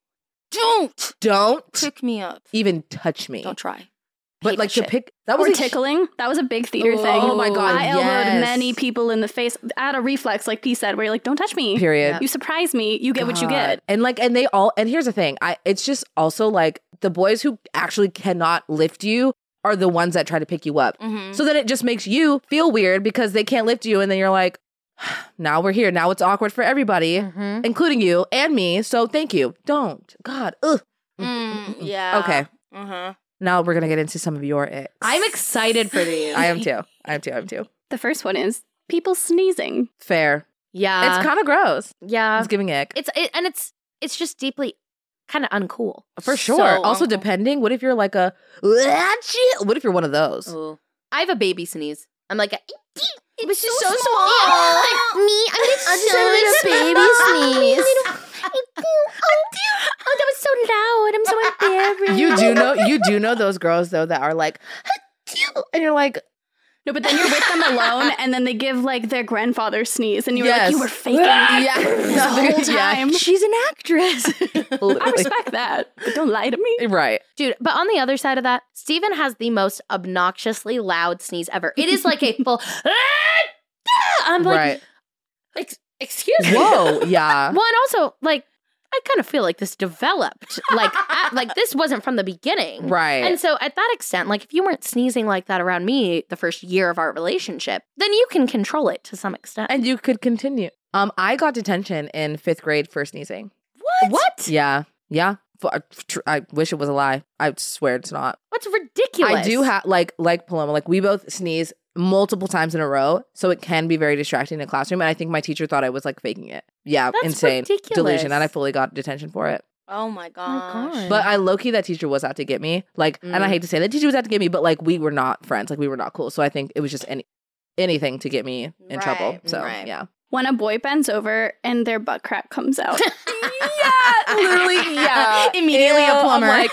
Speaker 3: Don't
Speaker 2: Don't
Speaker 3: pick me up.
Speaker 2: even touch me.
Speaker 3: Don't try.
Speaker 2: But
Speaker 3: Hate
Speaker 2: like
Speaker 3: that
Speaker 2: to
Speaker 3: shit.
Speaker 2: pick, that was
Speaker 4: Or
Speaker 2: a
Speaker 4: tickling. That was a big theater
Speaker 2: Oh,
Speaker 4: thing.
Speaker 2: oh my God,
Speaker 4: I elbowed
Speaker 2: yes.
Speaker 4: many people in the face at a reflex, like P said, where you're like, don't touch me.
Speaker 2: Period.
Speaker 1: Yeah.
Speaker 4: You surprise me. You get what you
Speaker 2: God.
Speaker 4: get.
Speaker 2: And like, and they all, and here's the thing I, it's just also like the boys who actually cannot lift you are the ones that try to pick you up.
Speaker 3: Mhm.
Speaker 2: So then it just makes you feel weird because they can't lift you. And then you're like, now we're here. Now it's awkward for everybody,
Speaker 1: Mhm.
Speaker 2: including you and me. So thank you. Don't. God. Ugh.
Speaker 3: Mm,
Speaker 2: Mm-mm-mm.
Speaker 3: yeah.
Speaker 2: Okay.
Speaker 3: Uh-huh.
Speaker 2: Now we're gonna get into some of your icks.
Speaker 1: I'm excited for these.
Speaker 2: I am too. I am too. I'm too.
Speaker 4: The first one is people sneezing.
Speaker 2: Fair.
Speaker 1: yeah.
Speaker 2: it's kind of gross.
Speaker 1: Yeah.
Speaker 2: It's giving ick
Speaker 1: Uh, It's it, and it's it's just deeply kind of uncool.
Speaker 2: for sure.
Speaker 3: so
Speaker 2: also,
Speaker 3: uncool.
Speaker 2: depending, what if you're like a "Ah, shit," what if you're one of those?
Speaker 1: I have a baby sneeze. I'm like, a,
Speaker 2: But she's
Speaker 1: so small. Like, me, I'm just
Speaker 2: I'm just having a baby
Speaker 1: sneeze. oh, that was so loud. I'm so embarrassed.
Speaker 2: You do know. You do know those girls though that are like, "Ah, and you're like,
Speaker 4: No, but then you're with them alone, and then they give like their grandfather sneeze, and you're
Speaker 2: yes,
Speaker 4: like, you were faking
Speaker 2: yeah,
Speaker 4: this whole time.
Speaker 3: She's an actress.
Speaker 2: Yeah,
Speaker 4: I
Speaker 2: literally.
Speaker 4: respect that, but don't lie to me.
Speaker 2: Right.
Speaker 1: Dude, but on the other side of that, Steven has the most obnoxiously loud sneeze ever. It is like a full. "Ah, ah," I'm like,
Speaker 2: right.
Speaker 1: "Ex- excuse me.
Speaker 2: Whoa. Yeah.
Speaker 1: Well, and also, like, I kind of feel like this developed. Like, at, like this wasn't from the beginning.
Speaker 2: Right.
Speaker 1: And so, at that extent, like if you weren't sneezing like that around me the first year of our relationship, then you can control it to some extent.
Speaker 2: and you could continue. Um, I got detention in fifth grade for sneezing.
Speaker 1: what? What?
Speaker 2: Yeah, yeah. F- I- tr- I wish it was a lie. I swear it's not.
Speaker 1: What's ridiculous?
Speaker 2: I do have like like Paloma. Like we both sneeze multiple times in a row, so it can be very distracting in the classroom. And I think my teacher thought I was like faking it. Yeah,
Speaker 1: That's
Speaker 2: insane
Speaker 1: ridiculous.
Speaker 2: delusion. And I fully got detention for it.
Speaker 3: Oh my gosh.
Speaker 1: God.
Speaker 2: But I low key that teacher was out to get me. Like, and
Speaker 1: Mm.
Speaker 2: I hate to say that teacher was out to get me, but like we were not friends. Like we were not cool. So I think it was just any anything to get me in trouble.
Speaker 3: Right,
Speaker 2: So
Speaker 3: right.
Speaker 2: yeah,
Speaker 4: When a boy bends over and their butt crack comes out.
Speaker 2: yeah, literally, yeah.
Speaker 3: Immediately
Speaker 2: Ew,
Speaker 3: a
Speaker 2: I'm
Speaker 3: plumber.
Speaker 2: like,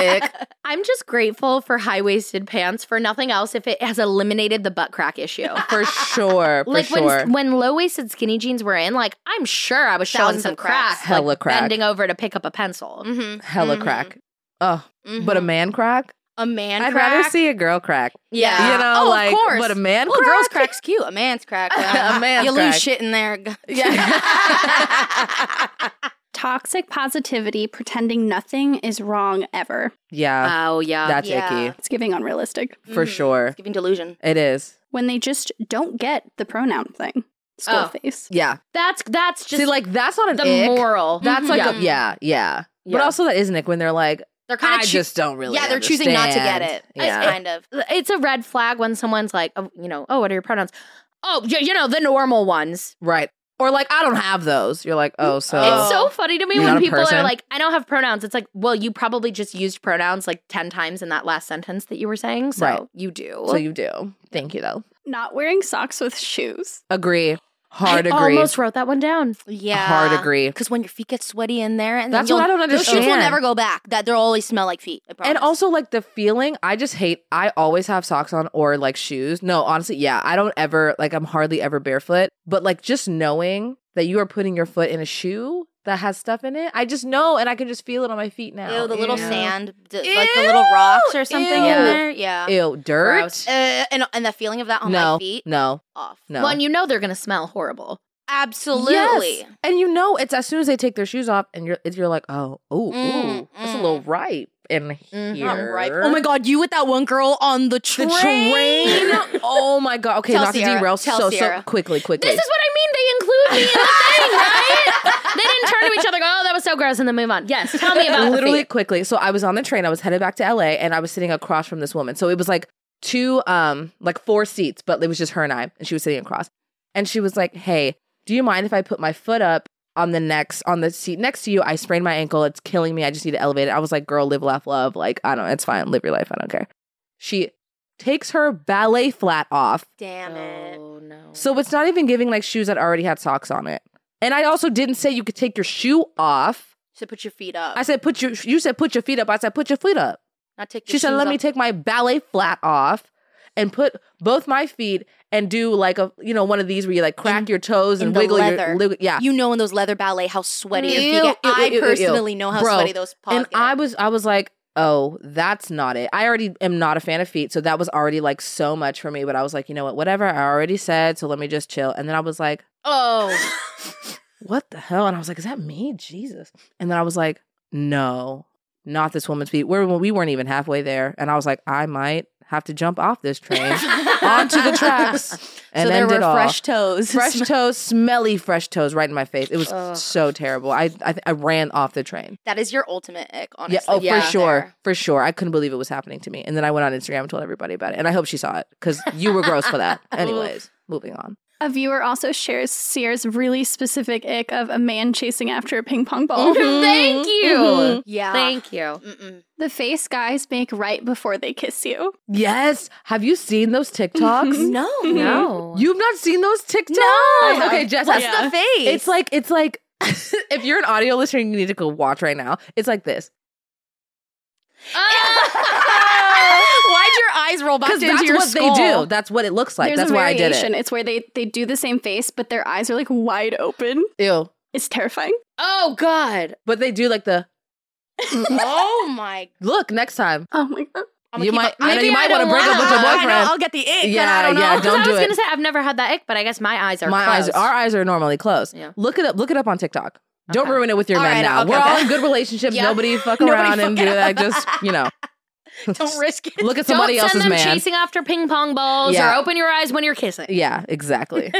Speaker 2: ick.
Speaker 1: I'm just grateful for high waisted pants. For nothing else, if it has eliminated the butt crack issue.
Speaker 2: for sure, for
Speaker 1: like
Speaker 2: sure.
Speaker 1: when when low waisted skinny jeans were in, like I'm sure I was showing
Speaker 3: Thousands
Speaker 1: some
Speaker 3: of cracks.
Speaker 1: crack,
Speaker 2: Hella
Speaker 1: like
Speaker 2: crack.
Speaker 1: bending over to pick up a pencil.
Speaker 3: Mhm,
Speaker 2: Hella
Speaker 1: Mm-hmm.
Speaker 3: mhm,
Speaker 2: crack. Oh,
Speaker 3: mhm.
Speaker 2: but a man crack?
Speaker 3: a man
Speaker 2: I'd
Speaker 3: crack.
Speaker 2: rather see a girl crack.
Speaker 3: yeah.
Speaker 2: You know,
Speaker 3: oh,
Speaker 2: like,
Speaker 3: of course.
Speaker 2: but a man
Speaker 3: Well, a
Speaker 2: crack?
Speaker 3: girl's crack's cute. A man's crack.
Speaker 2: A man's
Speaker 3: you
Speaker 2: crack.
Speaker 3: lose shit in there.
Speaker 2: Yeah.
Speaker 4: Toxic positivity, pretending nothing is wrong ever.
Speaker 2: Yeah,
Speaker 1: Oh yeah,
Speaker 2: that's
Speaker 3: Uh, yeah. Mm-hmm.
Speaker 2: icky
Speaker 4: It's giving unrealistic.
Speaker 2: for sure.
Speaker 3: It's giving delusion.
Speaker 2: It is.
Speaker 4: When they just don't get the pronoun thing. School
Speaker 1: Oh.
Speaker 4: face.
Speaker 2: Yeah.
Speaker 1: that's that's just
Speaker 2: See, like that's not an
Speaker 1: the
Speaker 2: ick.
Speaker 1: moral.
Speaker 2: That's
Speaker 3: Mm-hmm.
Speaker 2: like
Speaker 1: yeah.
Speaker 2: a yeah, yeah. But
Speaker 1: Yeah.
Speaker 2: also that isn't ick when they're like,
Speaker 3: They're
Speaker 2: I
Speaker 3: kind of
Speaker 2: just don't really.
Speaker 3: yeah, they're choosing not to get
Speaker 2: understand.
Speaker 3: it.
Speaker 2: Yeah.
Speaker 3: It's kind of.
Speaker 1: it's a red flag when someone's like, oh, you know, oh, what are your pronouns? Oh, y- you know, the normal ones.
Speaker 2: right. Or like, I don't have those. You're like, oh, so
Speaker 3: Oh.
Speaker 1: It's so funny to me
Speaker 2: You're
Speaker 1: when
Speaker 2: not a
Speaker 1: people are
Speaker 2: person?
Speaker 1: like, I don't have pronouns. It's like, well, you probably just used pronouns like 10 times in that last sentence that you were saying. So
Speaker 2: Right.
Speaker 1: you do.
Speaker 2: so you do. Thank you though.
Speaker 4: Not wearing socks with shoes.
Speaker 2: Agree. Hard
Speaker 1: I
Speaker 2: agree.
Speaker 1: almost wrote that one down.
Speaker 3: Yeah.
Speaker 2: Hard agree.
Speaker 3: Because when your feet get sweaty in there, and
Speaker 2: That's
Speaker 3: then
Speaker 2: what I don't
Speaker 3: you'll- Those shoes will
Speaker 2: understand.
Speaker 3: never go back. That they'll always smell like feet. I
Speaker 2: And
Speaker 3: promise.
Speaker 2: also like the feeling, I just hate I always have socks on or like shoes. No, honestly, yeah, I don't ever like I'm hardly ever barefoot, but like just knowing that you are putting your foot in a shoe that has stuff in it, I just know and I can just feel it on my feet now.
Speaker 3: Ew, the little
Speaker 1: Ew.
Speaker 3: sand, d- like the little rocks or something in
Speaker 2: Ew.
Speaker 3: there. Yeah.
Speaker 2: Ew, dirt.
Speaker 1: Gross.
Speaker 3: Uh, and and the feeling of that on
Speaker 2: no,
Speaker 3: my feet
Speaker 2: no,
Speaker 3: off.
Speaker 2: no.
Speaker 1: Well, and you know they're going to smell horrible.
Speaker 3: Absolutely.
Speaker 2: Yes. And you know it's as soon as they take their shoes off and you're it's, you're like, oh, ooh,
Speaker 3: Mm,
Speaker 2: ooh, it's
Speaker 3: mm.
Speaker 2: a little ripe in
Speaker 1: I'm
Speaker 2: here.
Speaker 3: Right. Oh my god, you with that one girl on the
Speaker 2: The
Speaker 3: train.
Speaker 2: train. oh my god. Okay,
Speaker 3: Tell
Speaker 2: not to
Speaker 3: Sierra.
Speaker 2: derail
Speaker 3: Tell
Speaker 2: so so
Speaker 3: Sierra.
Speaker 2: quickly, quickly.
Speaker 1: This is what I mean. They include me in the thing, right? they didn't turn to each other and go, oh, that was so gross, and then move on. Yes, tell me about the
Speaker 2: literally
Speaker 1: feet.
Speaker 2: quickly. So I was on the train. I was headed back to LA, and I was sitting across from this woman. So it was like two, um, like four seats, but it was just her and I, and she was sitting across. And she was like, "Hey, do you mind if I put my foot up on the next on the seat next to you? I sprained my ankle. It's killing me. I just need to elevate it." I was like, "Girl, live, laugh, love. Like I don't. It's fine. Live your life. I don't care." She takes her ballet flat off,
Speaker 3: Damn it.
Speaker 1: Oh, no.
Speaker 2: so it's not even giving like shoes that already had socks on it. And I also didn't say you could take your shoe off.
Speaker 3: So put your feet up.
Speaker 2: I said, "Put your." You said, "Put your feet up." I said, "Put your feet up."
Speaker 3: Not take your
Speaker 2: She said,
Speaker 3: shoes
Speaker 2: "Let me
Speaker 3: off.
Speaker 2: take my ballet flat off and put both my feet and do like a you know one of these where you like crack
Speaker 3: In-
Speaker 2: your toes
Speaker 3: in
Speaker 2: and
Speaker 3: the
Speaker 2: wiggle
Speaker 3: leather.
Speaker 2: your li- yeah."
Speaker 3: You know in those leather ballet how sweaty your feet
Speaker 2: Ew,
Speaker 3: get.
Speaker 2: ew,
Speaker 3: I
Speaker 2: ew, ew, ew.
Speaker 3: personally know how
Speaker 2: Bro,
Speaker 3: sweaty those paws
Speaker 2: and
Speaker 3: get.
Speaker 2: I was I was like, "Oh, that's not it." I already am not a fan of feet, so that was already like so much for me. But I was like, you know what? Whatever I already said, so let me just chill. And then I was like,
Speaker 1: Oh,
Speaker 2: "What the hell?" And I was like, "Is that me, Jesus?" And then I was like, "No." Not this woman's feet. We're, we weren't even halfway there. And I was like, I might have to jump off this train onto the tracks and
Speaker 3: so there
Speaker 2: end
Speaker 3: were
Speaker 2: it all.
Speaker 3: fresh toes.
Speaker 2: fresh toes, smelly fresh toes, right in my face. It was
Speaker 1: Ugh.
Speaker 2: so terrible. I, I I ran off the train.
Speaker 3: that is your ultimate ick, honestly.
Speaker 2: yeah, oh
Speaker 1: yeah.
Speaker 2: for sure, for sure. I couldn't believe it was happening to me. And then I went on Instagram and told everybody about it. And I hope she saw it because you were gross for that. Anyways, moving on.
Speaker 4: A viewer also shares Sierra's really specific ick of a man chasing after a ping pong
Speaker 2: Mm-hmm.
Speaker 4: ball.
Speaker 1: thank you.
Speaker 2: mhm.
Speaker 3: Yeah.
Speaker 1: Thank you.
Speaker 3: Mm-mm.
Speaker 4: The face guys make right before they kiss you.
Speaker 2: Yes, have you seen those TikToks?
Speaker 3: No.
Speaker 1: No.
Speaker 2: You've not seen those TikToks?
Speaker 3: No.
Speaker 2: Okay, Jess,
Speaker 3: What's
Speaker 2: ask-
Speaker 3: the face?
Speaker 2: It's like it's like if you're an audio listener, you need to go watch right now. It's like this.
Speaker 3: Ah! Why'd your eyes roll back
Speaker 2: Because
Speaker 3: into
Speaker 2: that's
Speaker 3: your
Speaker 2: what they
Speaker 3: skull?
Speaker 2: do. That's what it looks like.
Speaker 4: There's
Speaker 2: that's
Speaker 4: a
Speaker 2: why I did
Speaker 4: variation.
Speaker 2: it.
Speaker 4: It's where they they do the same face, but their eyes are like wide open.
Speaker 2: Ew.
Speaker 4: It's terrifying.
Speaker 1: oh, God.
Speaker 2: But they do like the
Speaker 3: oh my!
Speaker 2: look next time.
Speaker 4: Oh my god.
Speaker 3: I'ma
Speaker 2: you
Speaker 3: keep
Speaker 2: might,
Speaker 3: my-
Speaker 2: I know
Speaker 1: maybe
Speaker 2: you
Speaker 1: I
Speaker 2: might want to
Speaker 1: don't
Speaker 2: break up
Speaker 1: wanna-
Speaker 2: with your
Speaker 1: I
Speaker 3: I know
Speaker 2: boyfriend.
Speaker 3: I'll get the ick.
Speaker 2: Yeah,
Speaker 3: Yeah, I don't
Speaker 2: yeah,
Speaker 3: know.
Speaker 2: don't-
Speaker 1: Oh, I was
Speaker 2: do it.
Speaker 1: gonna say I've never had that ick, but I guess my eyes are
Speaker 2: My eyes,
Speaker 1: closed.
Speaker 2: our eyes are normally closed.
Speaker 1: Yeah.
Speaker 2: Look it up. Look it up on TikTok. Don't
Speaker 1: Okay.
Speaker 2: ruin it with your
Speaker 3: All
Speaker 2: men
Speaker 3: right,
Speaker 2: now.
Speaker 3: okay.
Speaker 2: We're all in good relationships.
Speaker 3: Yeah.
Speaker 2: Nobody fuck
Speaker 3: Nobody
Speaker 2: around and
Speaker 3: fuck
Speaker 2: do that.
Speaker 3: around.
Speaker 2: Just you know,
Speaker 3: Don't risk it.
Speaker 2: look at somebody
Speaker 1: Don't send
Speaker 2: else's
Speaker 1: them
Speaker 2: man.
Speaker 1: chasing after ping pong balls
Speaker 2: Yeah.
Speaker 1: or open your eyes when you're kissing.
Speaker 2: Yeah, exactly.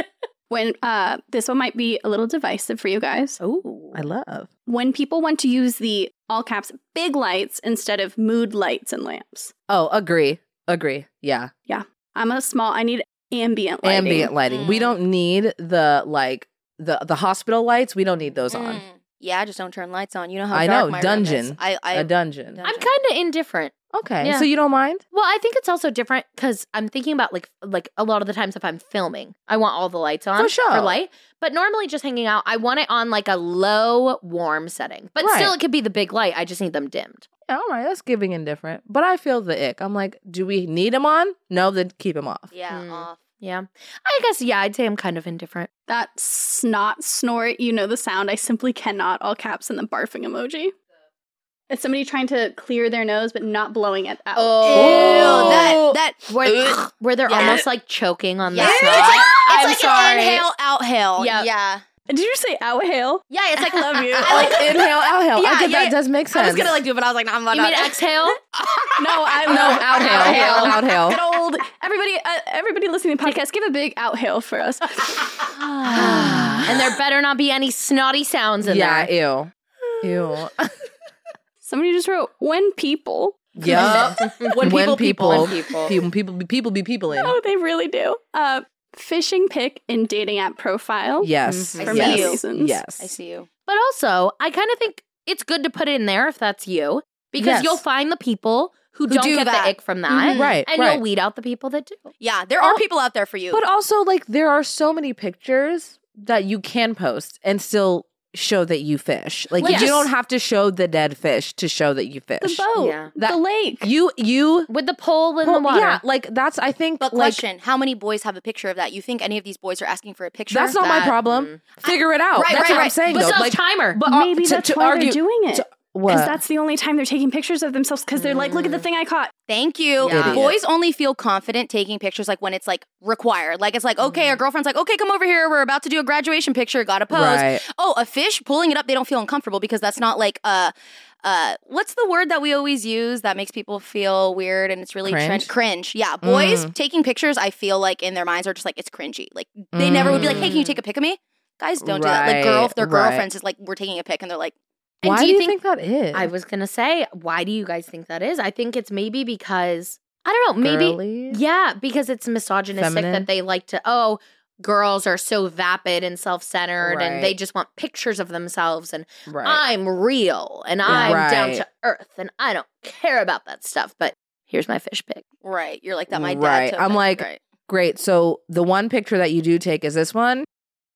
Speaker 4: When uh, this one might be a little divisive for you guys.
Speaker 2: oh, I love.
Speaker 4: When people want to use the all caps big lights instead of mood lights and lamps.
Speaker 2: Oh, agree, agree. Yeah,
Speaker 4: I'm a small. I need ambient lighting.
Speaker 2: ambient lighting. We
Speaker 3: Mm.
Speaker 2: don't need the like the the hospital lights. We don't need those on
Speaker 3: Mm. Yeah, just don't turn lights on. You know how
Speaker 2: I
Speaker 3: dark
Speaker 2: know,
Speaker 3: my room
Speaker 2: dungeon.
Speaker 3: is. I, I
Speaker 2: a dungeon.
Speaker 3: Dun-
Speaker 1: I'm kind of indifferent.
Speaker 2: Okay,
Speaker 1: Yeah.
Speaker 2: so you don't mind?
Speaker 1: Well, I think it's also different because I'm thinking about like like a lot of the times if I'm filming, I want all the lights on
Speaker 2: For sure.
Speaker 1: light. But normally just hanging out, I want it on like a low warm setting. But
Speaker 2: Right.
Speaker 1: still, it could be the big light. I just need them dimmed.
Speaker 2: Yeah, all right, that's giving indifferent. But I feel the ick. I'm like, do we need them on? No, then keep them off.
Speaker 3: yeah,
Speaker 1: Mm.
Speaker 3: off.
Speaker 1: Yeah, I guess yeah, I'd say I'm kind of indifferent.
Speaker 4: That snot snort, you know the sound. I simply cannot. All caps and the barfing emoji. It's somebody trying to clear their nose but not blowing it out.
Speaker 3: Ew, that
Speaker 2: Oh.
Speaker 3: that
Speaker 1: Where, where they're
Speaker 3: Yeah.
Speaker 1: almost like choking on
Speaker 3: yeah.
Speaker 1: the
Speaker 3: It's
Speaker 1: snot.
Speaker 3: like, it's
Speaker 1: I'm
Speaker 3: like an
Speaker 1: sorry.
Speaker 3: inhale, outhale.
Speaker 1: Yep.
Speaker 3: Yeah,
Speaker 4: Did you say outhail?
Speaker 3: yeah. It's like love you.
Speaker 2: I like inhale, outhale.
Speaker 3: Yeah,
Speaker 2: I get
Speaker 3: yeah,
Speaker 2: that
Speaker 3: yeah.
Speaker 2: does make
Speaker 3: I
Speaker 2: sense.
Speaker 3: was gonna like do it, but I was like, nah, I'm not.
Speaker 1: You mean exhale?
Speaker 4: No, I
Speaker 2: no
Speaker 4: no
Speaker 2: outhail, outhale.
Speaker 4: Good old everybody. Uh, everybody listening to the podcast, give a big outhail for us.
Speaker 1: and there better not be any snotty sounds in
Speaker 2: Ah. yeah,
Speaker 1: there.
Speaker 2: ew, ew.
Speaker 4: Somebody just wrote when people.
Speaker 2: yeah, when people people
Speaker 1: people.
Speaker 2: people people be, people be peopling.
Speaker 4: Oh, they really do. Uh, fishing pic in dating app profile.
Speaker 2: Yes,
Speaker 3: Mhm. I
Speaker 4: For
Speaker 3: see
Speaker 2: yes.
Speaker 4: many
Speaker 3: you.
Speaker 4: reasons.
Speaker 2: Yes,
Speaker 3: I see you.
Speaker 1: But also, I kind of think it's good to put it in there if that's you, because
Speaker 2: Yes.
Speaker 1: you'll find the people who,
Speaker 3: Who
Speaker 1: don't
Speaker 3: do
Speaker 1: get
Speaker 3: that.
Speaker 1: the ick from that,
Speaker 2: Mhm. Right,
Speaker 1: And
Speaker 2: right.
Speaker 1: you'll weed out the people that do.
Speaker 3: Yeah, there are
Speaker 2: Oh,
Speaker 3: people out there for you.
Speaker 2: But also, like, there are so many pictures that you can post and still show that you fish. Like,
Speaker 1: Yes.
Speaker 2: you don't have to show the dead fish to show that you
Speaker 4: The
Speaker 2: fish.
Speaker 4: boat.
Speaker 1: Yeah.
Speaker 2: That-
Speaker 4: the lake.
Speaker 2: You, you,
Speaker 1: With the pole in the
Speaker 2: well,
Speaker 1: water.
Speaker 2: yeah, like that's. I think,
Speaker 3: But
Speaker 2: like,
Speaker 3: question: How many boys have a picture of that? You think any of these boys are asking for a picture?
Speaker 2: that's not my
Speaker 1: that- mm.
Speaker 2: problem. Figure it out.
Speaker 3: Right,
Speaker 2: that's
Speaker 3: right,
Speaker 2: what I'm
Speaker 3: right.
Speaker 2: saying.
Speaker 1: But
Speaker 2: though.
Speaker 1: so
Speaker 2: Like,
Speaker 1: timer.
Speaker 2: but uh,
Speaker 4: Maybe
Speaker 2: to-
Speaker 4: that's
Speaker 2: to
Speaker 4: why
Speaker 2: argue-
Speaker 4: they're doing it.
Speaker 2: to- what? Mm.
Speaker 4: Because that's the only time they're taking pictures of themselves because they're like, look at the thing I caught.
Speaker 3: Thank you.
Speaker 1: Yeah.
Speaker 2: Idiot.
Speaker 3: Boys only feel confident taking pictures like when it's like required. Like it's like, okay, our girlfriend's like, okay, come over here. We're about to do a graduation picture. Got to pose.
Speaker 2: Right.
Speaker 3: Oh, a fish pulling it up. They don't feel uncomfortable because that's not like uh, uh, what's the word that we always use that makes people feel weird and it's really
Speaker 2: Cringe?
Speaker 3: Tren- cringe. Yeah, boys
Speaker 2: Mm.
Speaker 3: taking pictures. I feel like in their minds are just like it's cringy. Like they never would be like, hey, can you take a pic of me? Guys don't do that. Like girl,
Speaker 2: Right,
Speaker 3: their
Speaker 2: right.
Speaker 3: girlfriends is like, we're taking a pic, and they're like,
Speaker 1: And
Speaker 2: Why
Speaker 1: do you think,
Speaker 2: that is?
Speaker 1: I was gonna say, why do you guys think that is? I think it's maybe because I don't know, maybe
Speaker 2: Girly?
Speaker 1: Yeah, because it's misogynistic
Speaker 2: Feminine?
Speaker 1: that they like to, oh, girls are so vapid and self centered
Speaker 2: Right.
Speaker 1: and they just want pictures of themselves and
Speaker 2: Right.
Speaker 1: I'm real and I'm down
Speaker 2: Right.
Speaker 1: to earth and I don't care about that stuff. But here's my fish pic.
Speaker 3: right, you're like that. My dad.
Speaker 2: Right.
Speaker 3: took
Speaker 2: I'm
Speaker 3: that."
Speaker 2: like-
Speaker 3: Right.
Speaker 2: Great. So the one picture that you do take is this one.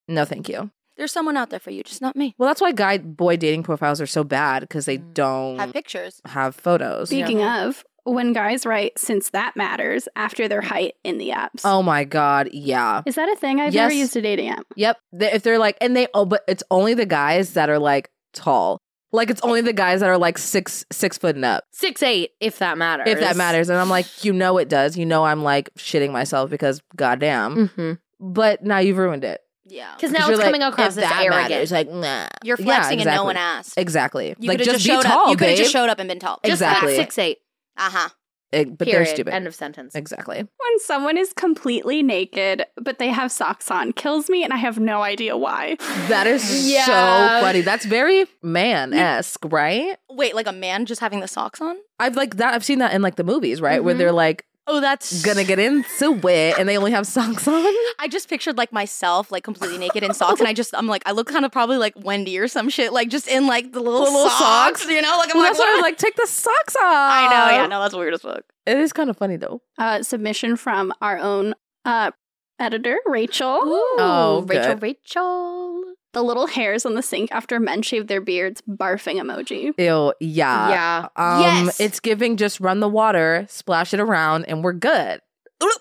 Speaker 2: No, thank you.
Speaker 3: there's someone out there for you, just not me.
Speaker 2: Well, that's why guy boy dating profiles are so bad because
Speaker 1: Mm.
Speaker 2: they don't
Speaker 3: Have
Speaker 2: have,
Speaker 3: pictures.
Speaker 2: photos.
Speaker 4: Speaking of, when guys write, since that matters, after their height in the apps.
Speaker 2: Oh my god, yeah.
Speaker 4: Is that a thing? I've never
Speaker 2: Yes.
Speaker 4: used a dating app.
Speaker 2: Yep. They- If they're like, and they oh, but it's only the guys that are like tall. Like it's only the guys that are like six six foot and up,
Speaker 1: Six, eight, if that matters.
Speaker 2: if that matters. And I'm like, you know it does. You know I'm like shitting myself because goddamn.
Speaker 1: Because
Speaker 2: But now you've ruined it.
Speaker 3: Yeah.
Speaker 1: Mm-hmm. now
Speaker 2: you're
Speaker 1: Mm. it's
Speaker 2: like,
Speaker 1: coming
Speaker 2: if
Speaker 1: across as
Speaker 2: that
Speaker 1: arrogant.
Speaker 2: matters, like nah.
Speaker 3: You're
Speaker 2: Yeah,
Speaker 3: flexing and no
Speaker 2: exactly.
Speaker 3: one asked.
Speaker 2: Exactly.
Speaker 3: You
Speaker 2: like
Speaker 3: could have just,
Speaker 2: just, be
Speaker 3: showed
Speaker 2: tall,
Speaker 3: up. You could have
Speaker 2: babe.
Speaker 3: just showed up and been tall.
Speaker 1: Just
Speaker 2: Exactly.
Speaker 1: like six, eight.
Speaker 3: Uh huh.
Speaker 2: It- but
Speaker 1: Period.
Speaker 2: they're stupid.
Speaker 1: End of sentence.
Speaker 2: Exactly.
Speaker 4: When someone is completely naked, but they have socks on, kills me, and I have no idea why.
Speaker 2: That is so
Speaker 1: Yeah.
Speaker 2: funny. That's very man esque, right?
Speaker 3: Wait, like a man just having the socks on?
Speaker 2: I've like that. I've seen that in like the movies, right, where they're like
Speaker 3: Oh, that's
Speaker 2: gonna get into it, and they only have socks on.
Speaker 3: I just pictured like myself, like completely naked in socks, and I just I'm like I look kind of probably like Wendy or some shit, like just in like the little,
Speaker 2: Little
Speaker 3: socks,
Speaker 2: socks.
Speaker 3: you know? Like I'm
Speaker 2: Well,
Speaker 3: like,
Speaker 2: that's why I
Speaker 3: what?
Speaker 2: was "Oh." like, take the socks off.
Speaker 3: I know, yeah, no, that's weird as fuck.
Speaker 2: It is kind of funny though.
Speaker 4: Uh, submission from our own uh, editor, Rachel.
Speaker 1: Ooh,
Speaker 2: Oh,
Speaker 1: Rachel,
Speaker 2: good.
Speaker 1: Rachel.
Speaker 4: The little hairs on the sink after men shave their beards, barfing emoji.
Speaker 2: Ew, yeah,
Speaker 1: yeah.
Speaker 2: Um,
Speaker 3: Yes.
Speaker 2: it's giving just run the water, splash it around, and we're good.
Speaker 3: Oop.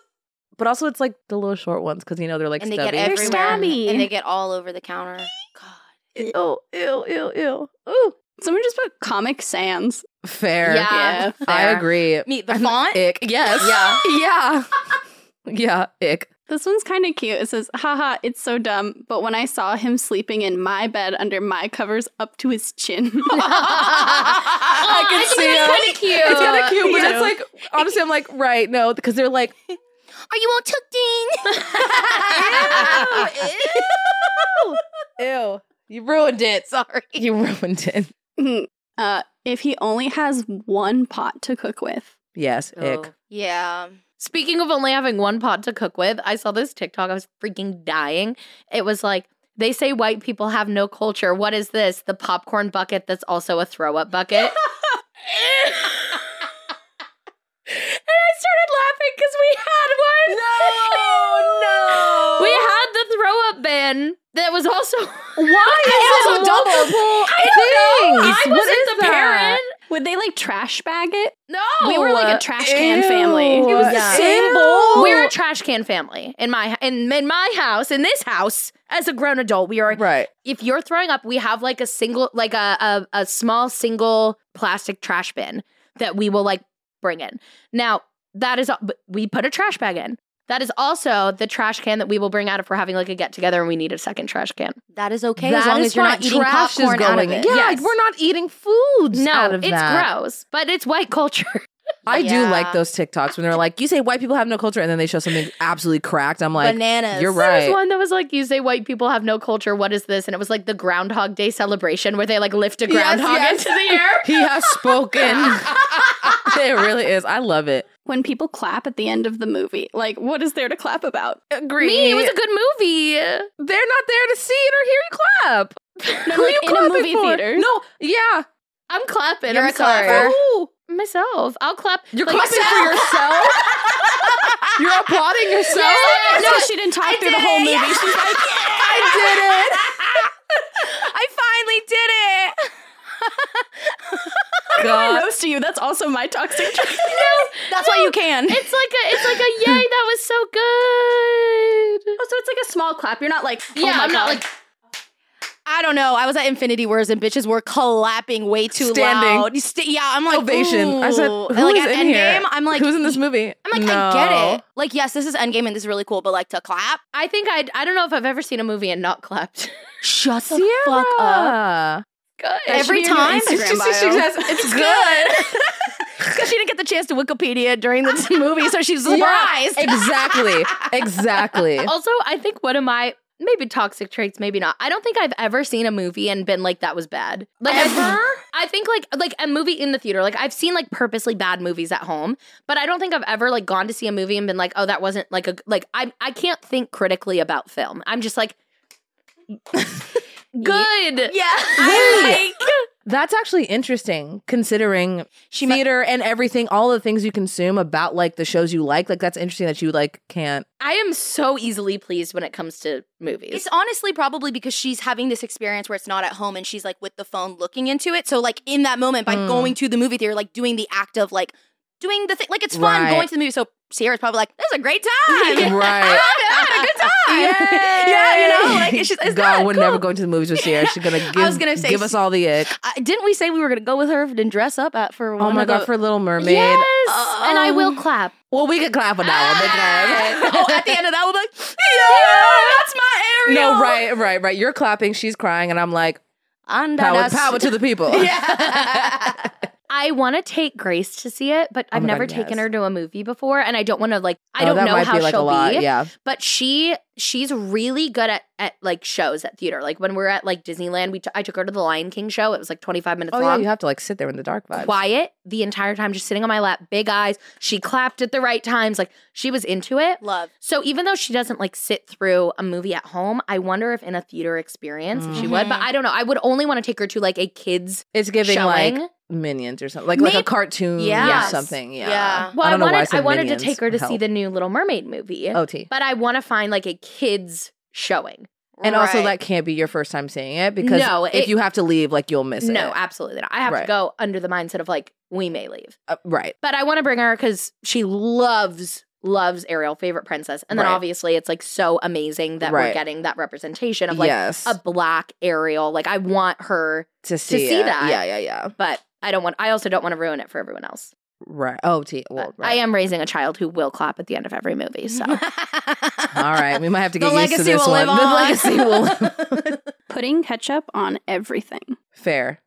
Speaker 2: But also, it's like the little short ones because you know they're like
Speaker 3: and they
Speaker 2: stubby.
Speaker 3: get
Speaker 4: They're
Speaker 3: everywhere,
Speaker 4: stabby.
Speaker 3: and they get all over the counter. God,
Speaker 2: ew, ew, ew, ew. Ooh,
Speaker 4: Someone just put Comic Sans.
Speaker 2: fair.
Speaker 1: Yeah.
Speaker 2: I
Speaker 1: fair.
Speaker 2: agree.
Speaker 3: me the
Speaker 2: I'm
Speaker 3: font.
Speaker 2: Ick. Yes.
Speaker 3: Yeah.
Speaker 2: Yeah. yeah. Ick.
Speaker 4: This one's kind of cute. It says, haha, it's so dumb, but when I saw him sleeping in my bed under my covers up to his chin.
Speaker 2: I can see
Speaker 3: that's
Speaker 2: it.
Speaker 3: kind of cute.
Speaker 2: It's kind of cute, but it's like honestly, I'm like, right, no, because they're like,
Speaker 3: Are you all tucked in? Ew, ew.
Speaker 1: oh,
Speaker 2: ew, you ruined it.
Speaker 3: Sorry.
Speaker 2: You ruined it.
Speaker 4: uh, if he only has one pot to cook with.
Speaker 2: Yes,
Speaker 1: Oh.
Speaker 2: ick.
Speaker 3: Yeah.
Speaker 1: Speaking of only having one pot to cook with, I saw this TikTok. I was freaking dying. It was like, they say white people have no culture. What is this? The popcorn bucket that's also a throw up bucket. and I started laughing because we had one.
Speaker 3: Oh,
Speaker 2: No,
Speaker 1: We had the throw up bin that was also.
Speaker 2: Why
Speaker 1: I also don't-
Speaker 2: I
Speaker 1: I wasn't the parent.
Speaker 4: Would they like trash bag it?
Speaker 1: No.
Speaker 4: we were like a trash can family.
Speaker 2: It was
Speaker 1: Yeah.
Speaker 2: the same bowl.
Speaker 1: We're a trash can family in my in in my house in this house as a grown adult we are
Speaker 2: right.
Speaker 1: if you're throwing up we have like a single like a a, a small single plastic trash bin that we will like bring in now that is but we put a trash bag in that is also the trash can that we will bring out if we're having like a get together and we need a second trash can
Speaker 3: That is okay
Speaker 2: That
Speaker 3: as long
Speaker 2: is
Speaker 3: as you're not
Speaker 2: fine.
Speaker 3: eating
Speaker 2: Trash is
Speaker 3: popcorn out of
Speaker 2: going in.
Speaker 3: it.
Speaker 2: Yeah,
Speaker 1: Yes.
Speaker 2: we're not eating foods.
Speaker 1: no
Speaker 2: out of
Speaker 1: it's
Speaker 2: that.
Speaker 1: gross but it's white culture
Speaker 2: I do
Speaker 3: Yeah.
Speaker 2: like those TikToks when they're like, you say white people have no culture, and then they show something absolutely cracked. I'm like,
Speaker 3: Bananas.
Speaker 2: You're
Speaker 1: There was
Speaker 2: right.
Speaker 1: one that was like, you say white people have no culture. What is this? And it was like the Groundhog Day celebration where they like lift a groundhog into the air.
Speaker 2: He has spoken. it really is. I love it.
Speaker 4: When people clap at the end of the movie, like what is there to clap about?
Speaker 2: Agree.
Speaker 1: Me, it was a good movie.
Speaker 2: They're not there to see it or hear you clap.
Speaker 4: No,
Speaker 2: Who
Speaker 4: like
Speaker 2: you
Speaker 4: in a
Speaker 2: clapping
Speaker 4: movie
Speaker 2: for?
Speaker 4: theater.
Speaker 2: No, yeah.
Speaker 1: I'm clapping.
Speaker 3: You're
Speaker 1: I'm
Speaker 3: a
Speaker 1: sorry.
Speaker 3: clapper.
Speaker 2: Ooh,
Speaker 1: Myself. I'll clap.
Speaker 2: you're
Speaker 1: like,
Speaker 2: clapping for yourself. you're applauding yourself.
Speaker 4: no, she didn't talk through the whole movie. She's like,
Speaker 2: I did
Speaker 3: I finally did it.
Speaker 2: it.
Speaker 4: I
Speaker 2: God.
Speaker 4: roast you. That's also my toxic. trait.
Speaker 3: That's why you can.
Speaker 1: It's like a, it's like a yay. That was so good.
Speaker 4: so it's like a small clap. You're not like,
Speaker 1: Yeah, I'm not like
Speaker 3: I don't know. I was at Infinity Wars and bitches were clapping way too
Speaker 2: Standing.
Speaker 3: loud. You st- yeah, I'm like
Speaker 2: Ovation. I said,
Speaker 3: ooh.
Speaker 2: who
Speaker 3: And, like
Speaker 2: is
Speaker 3: at
Speaker 2: in
Speaker 3: Endgame,
Speaker 2: here?
Speaker 3: I'm like,
Speaker 2: who's in this movie?
Speaker 3: I'm like, I get it. Like, yes, this is Endgame and this is really cool, but like to clap,
Speaker 1: I think I I don't know if I've ever seen a movie and not clapped.
Speaker 3: shut the
Speaker 2: Sierra.
Speaker 3: fuck up.
Speaker 2: Uh,
Speaker 1: Good.
Speaker 3: Every time,
Speaker 2: It's just- she says, it's good.
Speaker 3: because she didn't get the chance to Wikipedia during the movie, so she's surprised.
Speaker 2: exactly. Exactly.
Speaker 1: Also, I think one of my maybe toxic traits, maybe not. I don't think I've ever seen a movie and been like that was bad. Like I-
Speaker 3: Ever?
Speaker 1: I think like like a movie in the theater. Like I've seen like purposely bad movies at home, but I don't think I've ever like gone to see a movie and been like, oh, that wasn't like a like I I can't think critically about film. I'm just like good.
Speaker 3: Yeah,
Speaker 2: Wait. That's actually interesting considering
Speaker 3: She might-
Speaker 2: theater and everything, all the things you consume about like the shows you like. Like that's interesting that you like can't.
Speaker 1: I am so easily pleased when it comes to movies.
Speaker 3: It's honestly probably because she's having this experience where it's not at home and she's like with the phone looking into it. So like in that moment by
Speaker 2: Mm.
Speaker 3: going to the movie theater, like doing the act of like doing the thing, like it's fun
Speaker 2: Right.
Speaker 3: going to the movie. So Sierra's probably like, "This is a great time."
Speaker 2: Right.
Speaker 3: I had a good time. Yeah, you know, like it's just it's
Speaker 2: God,
Speaker 3: good,
Speaker 2: we're
Speaker 3: cool.
Speaker 2: never going to the movies with Sierra. She's gonna give,
Speaker 3: was gonna say
Speaker 2: give us all the ick.
Speaker 3: I- didn't we say we were gonna go with her and dress up at for?
Speaker 2: Oh
Speaker 3: one
Speaker 2: my
Speaker 3: of
Speaker 2: god,
Speaker 3: the-
Speaker 2: for Little Mermaid.
Speaker 1: yes, and I will
Speaker 3: Um,
Speaker 1: clap.
Speaker 2: Well, we could clap on that one
Speaker 3: oh, at the end of that, we're like, "Yeah, that's my
Speaker 2: because
Speaker 3: Ariel."
Speaker 2: no, right, right, right. You're clapping, she's crying, and I'm like,
Speaker 3: And
Speaker 2: power,
Speaker 3: that's-
Speaker 2: power to the people.
Speaker 3: Yeah.
Speaker 1: I want to take Grace to see it, but I've
Speaker 2: Oh my
Speaker 1: never
Speaker 2: God,
Speaker 1: taken
Speaker 2: yes.
Speaker 1: her to a movie before, and I don't want to like. I
Speaker 2: Oh,
Speaker 1: don't
Speaker 2: that
Speaker 1: know
Speaker 2: might
Speaker 1: how
Speaker 2: be like
Speaker 1: she'll
Speaker 2: a lot.
Speaker 1: be.
Speaker 3: Oh,
Speaker 2: Yeah,
Speaker 1: But she she's really good at at like shows at theater. Like when we are at like Disneyland, we t- I took her to the Lion King show. It was like twenty five minutes
Speaker 2: oh yeah,
Speaker 1: long.
Speaker 2: you have to like sit there in the dark vibes.
Speaker 1: Quiet the entire time, just sitting on my lap, big eyes. She clapped at the right times. Like she was into it.
Speaker 3: Love.
Speaker 1: So even though she doesn't like sit through a movie at home, I wonder if in a theater experience if she would. But I don't know. I would only want to take her to like a kids
Speaker 2: It's giving
Speaker 1: showing.
Speaker 2: like minions or something, like like a
Speaker 3: Maybe-
Speaker 2: cartoon
Speaker 3: Yes.
Speaker 2: or something. Yeah.
Speaker 3: Yeah.
Speaker 1: well, I,
Speaker 2: don't know why
Speaker 1: wanted
Speaker 2: said
Speaker 1: I wanted
Speaker 2: minions.
Speaker 1: to take her to see
Speaker 2: Help.
Speaker 1: the new Little Mermaid movie.
Speaker 2: OT.
Speaker 1: But I want to find like a kids showing.
Speaker 2: And also,
Speaker 3: Right.
Speaker 2: that can't be your first time seeing it because
Speaker 1: No,
Speaker 2: if
Speaker 1: it-
Speaker 2: you have to leave, like you'll miss it.
Speaker 1: No, absolutely not. I have
Speaker 2: Right.
Speaker 1: to go under the mindset of like we may leave.
Speaker 2: Uh, right.
Speaker 1: But I want to bring her cuz she loves loves Ariel, favorite princess. And then
Speaker 2: Right.
Speaker 1: obviously it's like so amazing that
Speaker 2: Right.
Speaker 1: we're getting that representation of like
Speaker 2: yes.
Speaker 1: a black Ariel. Like I want her,
Speaker 2: to see,
Speaker 1: see
Speaker 2: it.
Speaker 1: that.
Speaker 2: Yeah, yeah, yeah.
Speaker 1: but I don't want I also don't want to ruin it for everyone else.
Speaker 2: Right. Oh, T. Well, right.
Speaker 1: I am raising a child who will clap at the end of every movie. So
Speaker 2: All right. We might have to
Speaker 3: The
Speaker 2: get used to
Speaker 3: legacy
Speaker 2: this
Speaker 3: will
Speaker 2: one.
Speaker 3: live
Speaker 2: The
Speaker 3: on.
Speaker 2: legacy will
Speaker 4: Putting ketchup on everything.
Speaker 2: Fair.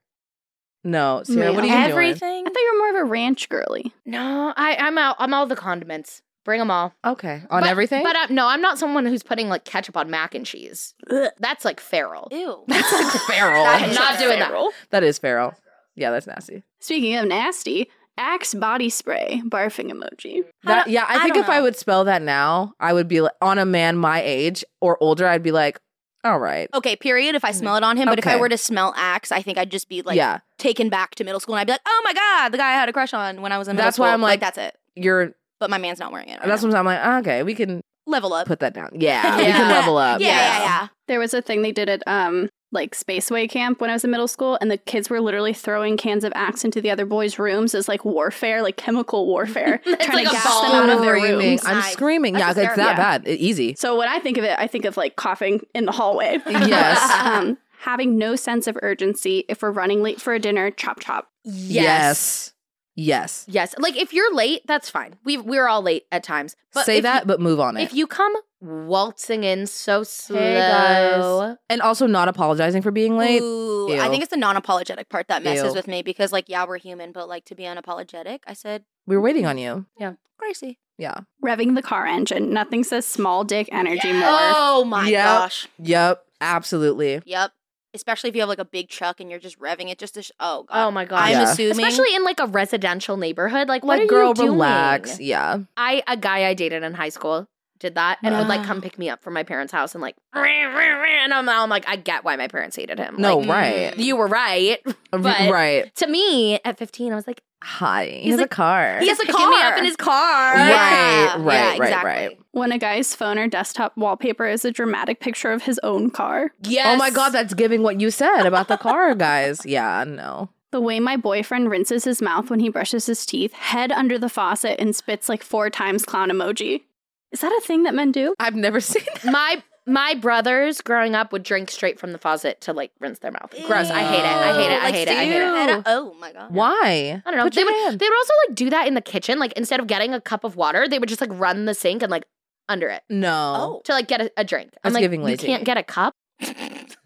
Speaker 2: No, Sarah, what are you doing?
Speaker 1: everything.
Speaker 4: I thought you were more of a ranch girly.
Speaker 1: No, I, I'm out. I'm all the condiments. Bring them all
Speaker 2: Okay. On
Speaker 1: But-
Speaker 2: everything?
Speaker 1: But uh, no, I'm not someone who's putting like ketchup on mac and cheese. That's like feral.
Speaker 3: Ew.
Speaker 2: that's like feral.
Speaker 1: I'm not doing that.
Speaker 2: that is feral. Yeah, that's nasty.
Speaker 4: Speaking of nasty, Axe body spray, barfing emoji.
Speaker 2: That, yeah, I, think
Speaker 3: don't
Speaker 2: if I
Speaker 3: know.
Speaker 2: would spell that now, I would be like, on a man my age or older, I'd be like, all right.
Speaker 3: Okay, period. If I smell it on him, but if I
Speaker 2: Okay.
Speaker 3: were to smell Axe, I think I'd just be like
Speaker 2: yeah,
Speaker 3: taken back to middle school, and I'd be like, "Oh my god, the guy I had a crush on when I was in middle
Speaker 2: That's why
Speaker 3: school."
Speaker 2: I'm like-
Speaker 3: "That's it."
Speaker 2: you're.
Speaker 3: But my man's not wearing it. right
Speaker 2: That's
Speaker 3: now.
Speaker 2: what I'm like. "Ah, Okay, we can
Speaker 3: level up.
Speaker 2: put that down. Yeah, we
Speaker 3: Yeah.
Speaker 2: can level up.
Speaker 3: yeah, yeah, yeah.
Speaker 4: There was a thing they did at um like Spaceway Camp when I was in middle school, and the kids were literally throwing cans of Axe into the other boys' rooms as like warfare, like chemical warfare, trying
Speaker 1: like
Speaker 4: to
Speaker 1: a
Speaker 4: gas
Speaker 1: bomb.
Speaker 4: them out of their
Speaker 2: Screaming.
Speaker 4: rooms.
Speaker 2: I'm
Speaker 3: Nice.
Speaker 2: screaming.
Speaker 3: That's
Speaker 2: yeah, it's
Speaker 3: hysterical.
Speaker 2: that
Speaker 4: Yeah.
Speaker 2: bad. It- easy.
Speaker 4: So when I think of it, I think of like coughing in the hallway.
Speaker 2: Yes.
Speaker 4: um, having no sense of urgency if we're running late for a dinner, chop chop.
Speaker 2: Yes. Yes.
Speaker 1: Yes. Like if you're late, that's fine. We we're all late at times. But
Speaker 2: Say
Speaker 1: if
Speaker 2: that, but move on
Speaker 1: You,
Speaker 2: it.
Speaker 1: if you come waltzing in so slow, Oh
Speaker 2: guys. and also not apologizing for being late.
Speaker 3: Ooh,
Speaker 2: Ew.
Speaker 3: I think it's the non-apologetic part that messes
Speaker 2: Ew.
Speaker 3: with me because, like, yeah, we're human, but like to be unapologetic, I said
Speaker 2: We were waiting on you.
Speaker 3: Gracie.
Speaker 2: Yeah.
Speaker 4: Revving the car engine. Nothing says small dick energy more.
Speaker 3: Oh my
Speaker 2: Yep.
Speaker 3: gosh.
Speaker 2: Yep. Absolutely.
Speaker 3: Yep. Especially if you have like a big truck and you're just revving it just to. Sh- oh god.
Speaker 1: oh my god.
Speaker 3: I'm
Speaker 2: Yeah.
Speaker 3: assuming.
Speaker 1: Especially in like a residential neighborhood, like what
Speaker 2: like,
Speaker 1: are
Speaker 2: girl,
Speaker 1: you doing?
Speaker 2: relax. Yeah.
Speaker 1: I a guy I dated in high school did that and would like come pick me up from my parents' house and like and I'm, I'm like I get why my parents hated him.
Speaker 2: No,
Speaker 1: Like,
Speaker 2: right.
Speaker 1: you were right.
Speaker 2: R-
Speaker 1: But-
Speaker 2: right.
Speaker 1: To me, at 15, I was like,
Speaker 2: Hi. He
Speaker 1: He's
Speaker 2: has a
Speaker 1: like-
Speaker 2: car.
Speaker 1: he's picking me up in his car.
Speaker 2: Right,
Speaker 3: Yeah,
Speaker 2: right,
Speaker 3: yeah,
Speaker 2: right,
Speaker 3: exactly.
Speaker 2: right.
Speaker 4: When a guy's phone or desktop wallpaper is a dramatic picture of his own car.
Speaker 1: Yes.
Speaker 2: Oh my god, that's giving what you said about the car, guys. Yeah, no.
Speaker 4: The way my boyfriend rinses his mouth when he brushes his teeth, head under the faucet and spits like four times clown emoji. Is that a thing that men do?
Speaker 2: I've never seen that.
Speaker 1: my my brothers growing up would drink straight from the faucet to like rinse their mouth. Gross. I hate it. I hate it. I
Speaker 3: Like,
Speaker 1: hate it. I hate it.
Speaker 3: dude. Oh my god.
Speaker 2: Why?
Speaker 1: I don't know.
Speaker 2: Put
Speaker 1: they
Speaker 2: your
Speaker 1: would
Speaker 2: hand.
Speaker 1: they would also like do that in the kitchen. Like instead of getting a cup of water, they would just like run the sink and like under it
Speaker 2: no.
Speaker 1: to like get a, a drink. I'm
Speaker 2: That's
Speaker 1: like,
Speaker 2: giving
Speaker 1: you
Speaker 2: lazy."
Speaker 1: can't get a cup.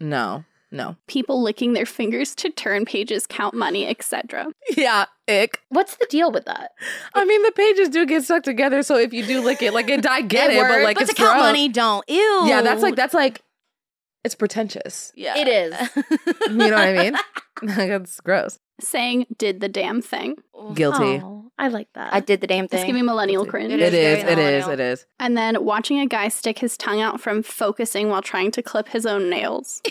Speaker 2: No. No.
Speaker 4: People licking their fingers to turn pages, count money, etc.
Speaker 2: Yeah, ick.
Speaker 1: What's the deal with that?
Speaker 2: I mean, the pages do get stuck together, so if you do lick it, like it, I get
Speaker 1: It
Speaker 2: it, but
Speaker 1: works,
Speaker 2: like
Speaker 3: but
Speaker 2: it's
Speaker 3: to count
Speaker 2: gross.
Speaker 3: money, don't. Ew.
Speaker 2: Yeah, that's like that's like it's pretentious.
Speaker 3: Yeah.
Speaker 1: It is.
Speaker 2: You know what I mean? like it's gross.
Speaker 4: Saying did the damn thing.
Speaker 3: Oh.
Speaker 2: Guilty.
Speaker 1: Aw, I like that.
Speaker 3: I did the damn
Speaker 4: It's
Speaker 3: thing.
Speaker 4: giving millennial cringe.
Speaker 3: It
Speaker 2: It
Speaker 3: is
Speaker 2: is,
Speaker 3: very
Speaker 2: it is,
Speaker 3: millennial.
Speaker 2: it is.
Speaker 4: And then watching a guy stick his tongue out from focusing while trying to clip his own nails.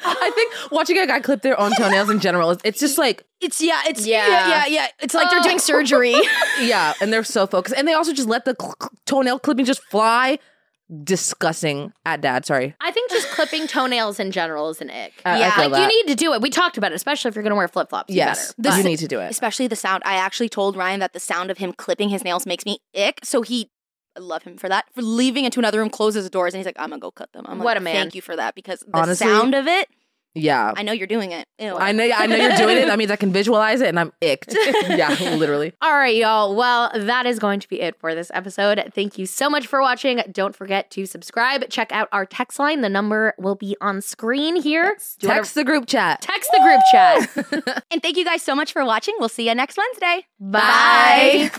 Speaker 2: I think watching a guy clip their own toenails in general, is- it's just like
Speaker 3: It's yeah. It's
Speaker 1: Yeah.
Speaker 3: yeah. Yeah. Yeah. It's like they're
Speaker 1: Oh.
Speaker 3: doing surgery.
Speaker 2: yeah, and they're so focused, and they also just let the cl- cl- toenail clipping just fly. Disgusting at dad. Sorry,
Speaker 1: I think just clipping toenails in general is an ick.
Speaker 2: I, I
Speaker 3: Yeah.
Speaker 2: feel
Speaker 1: like
Speaker 2: that.
Speaker 1: you need to do it. We talked about it, especially if you're going to wear flip flops.
Speaker 2: yes,
Speaker 1: better.
Speaker 2: you
Speaker 1: But-
Speaker 2: need to do it.
Speaker 3: Especially the sound. I actually told Ryan that the sound of him clipping his nails makes me ick. So he, I love him for that. For leaving into another room, closes the doors, and he's like, "I'm gonna go cut them." I'm like,
Speaker 1: What a man.
Speaker 3: Thank you for that because the
Speaker 2: Honestly-
Speaker 3: sound of it.
Speaker 2: Yeah,
Speaker 3: I know you're doing it. Ew.
Speaker 2: I know. I know you're doing it. That means I can visualize it, and I'm icked. yeah, literally.
Speaker 1: All right, y'all. Well, that is going to be it for this episode. Thank you so much for watching. Don't forget to subscribe. Check out our text line. The number will be on screen here. Do you wanna-
Speaker 2: Text the group chat.
Speaker 1: text the group chat.
Speaker 3: And thank you guys so much for watching. We'll see you next Wednesday.
Speaker 1: Bye.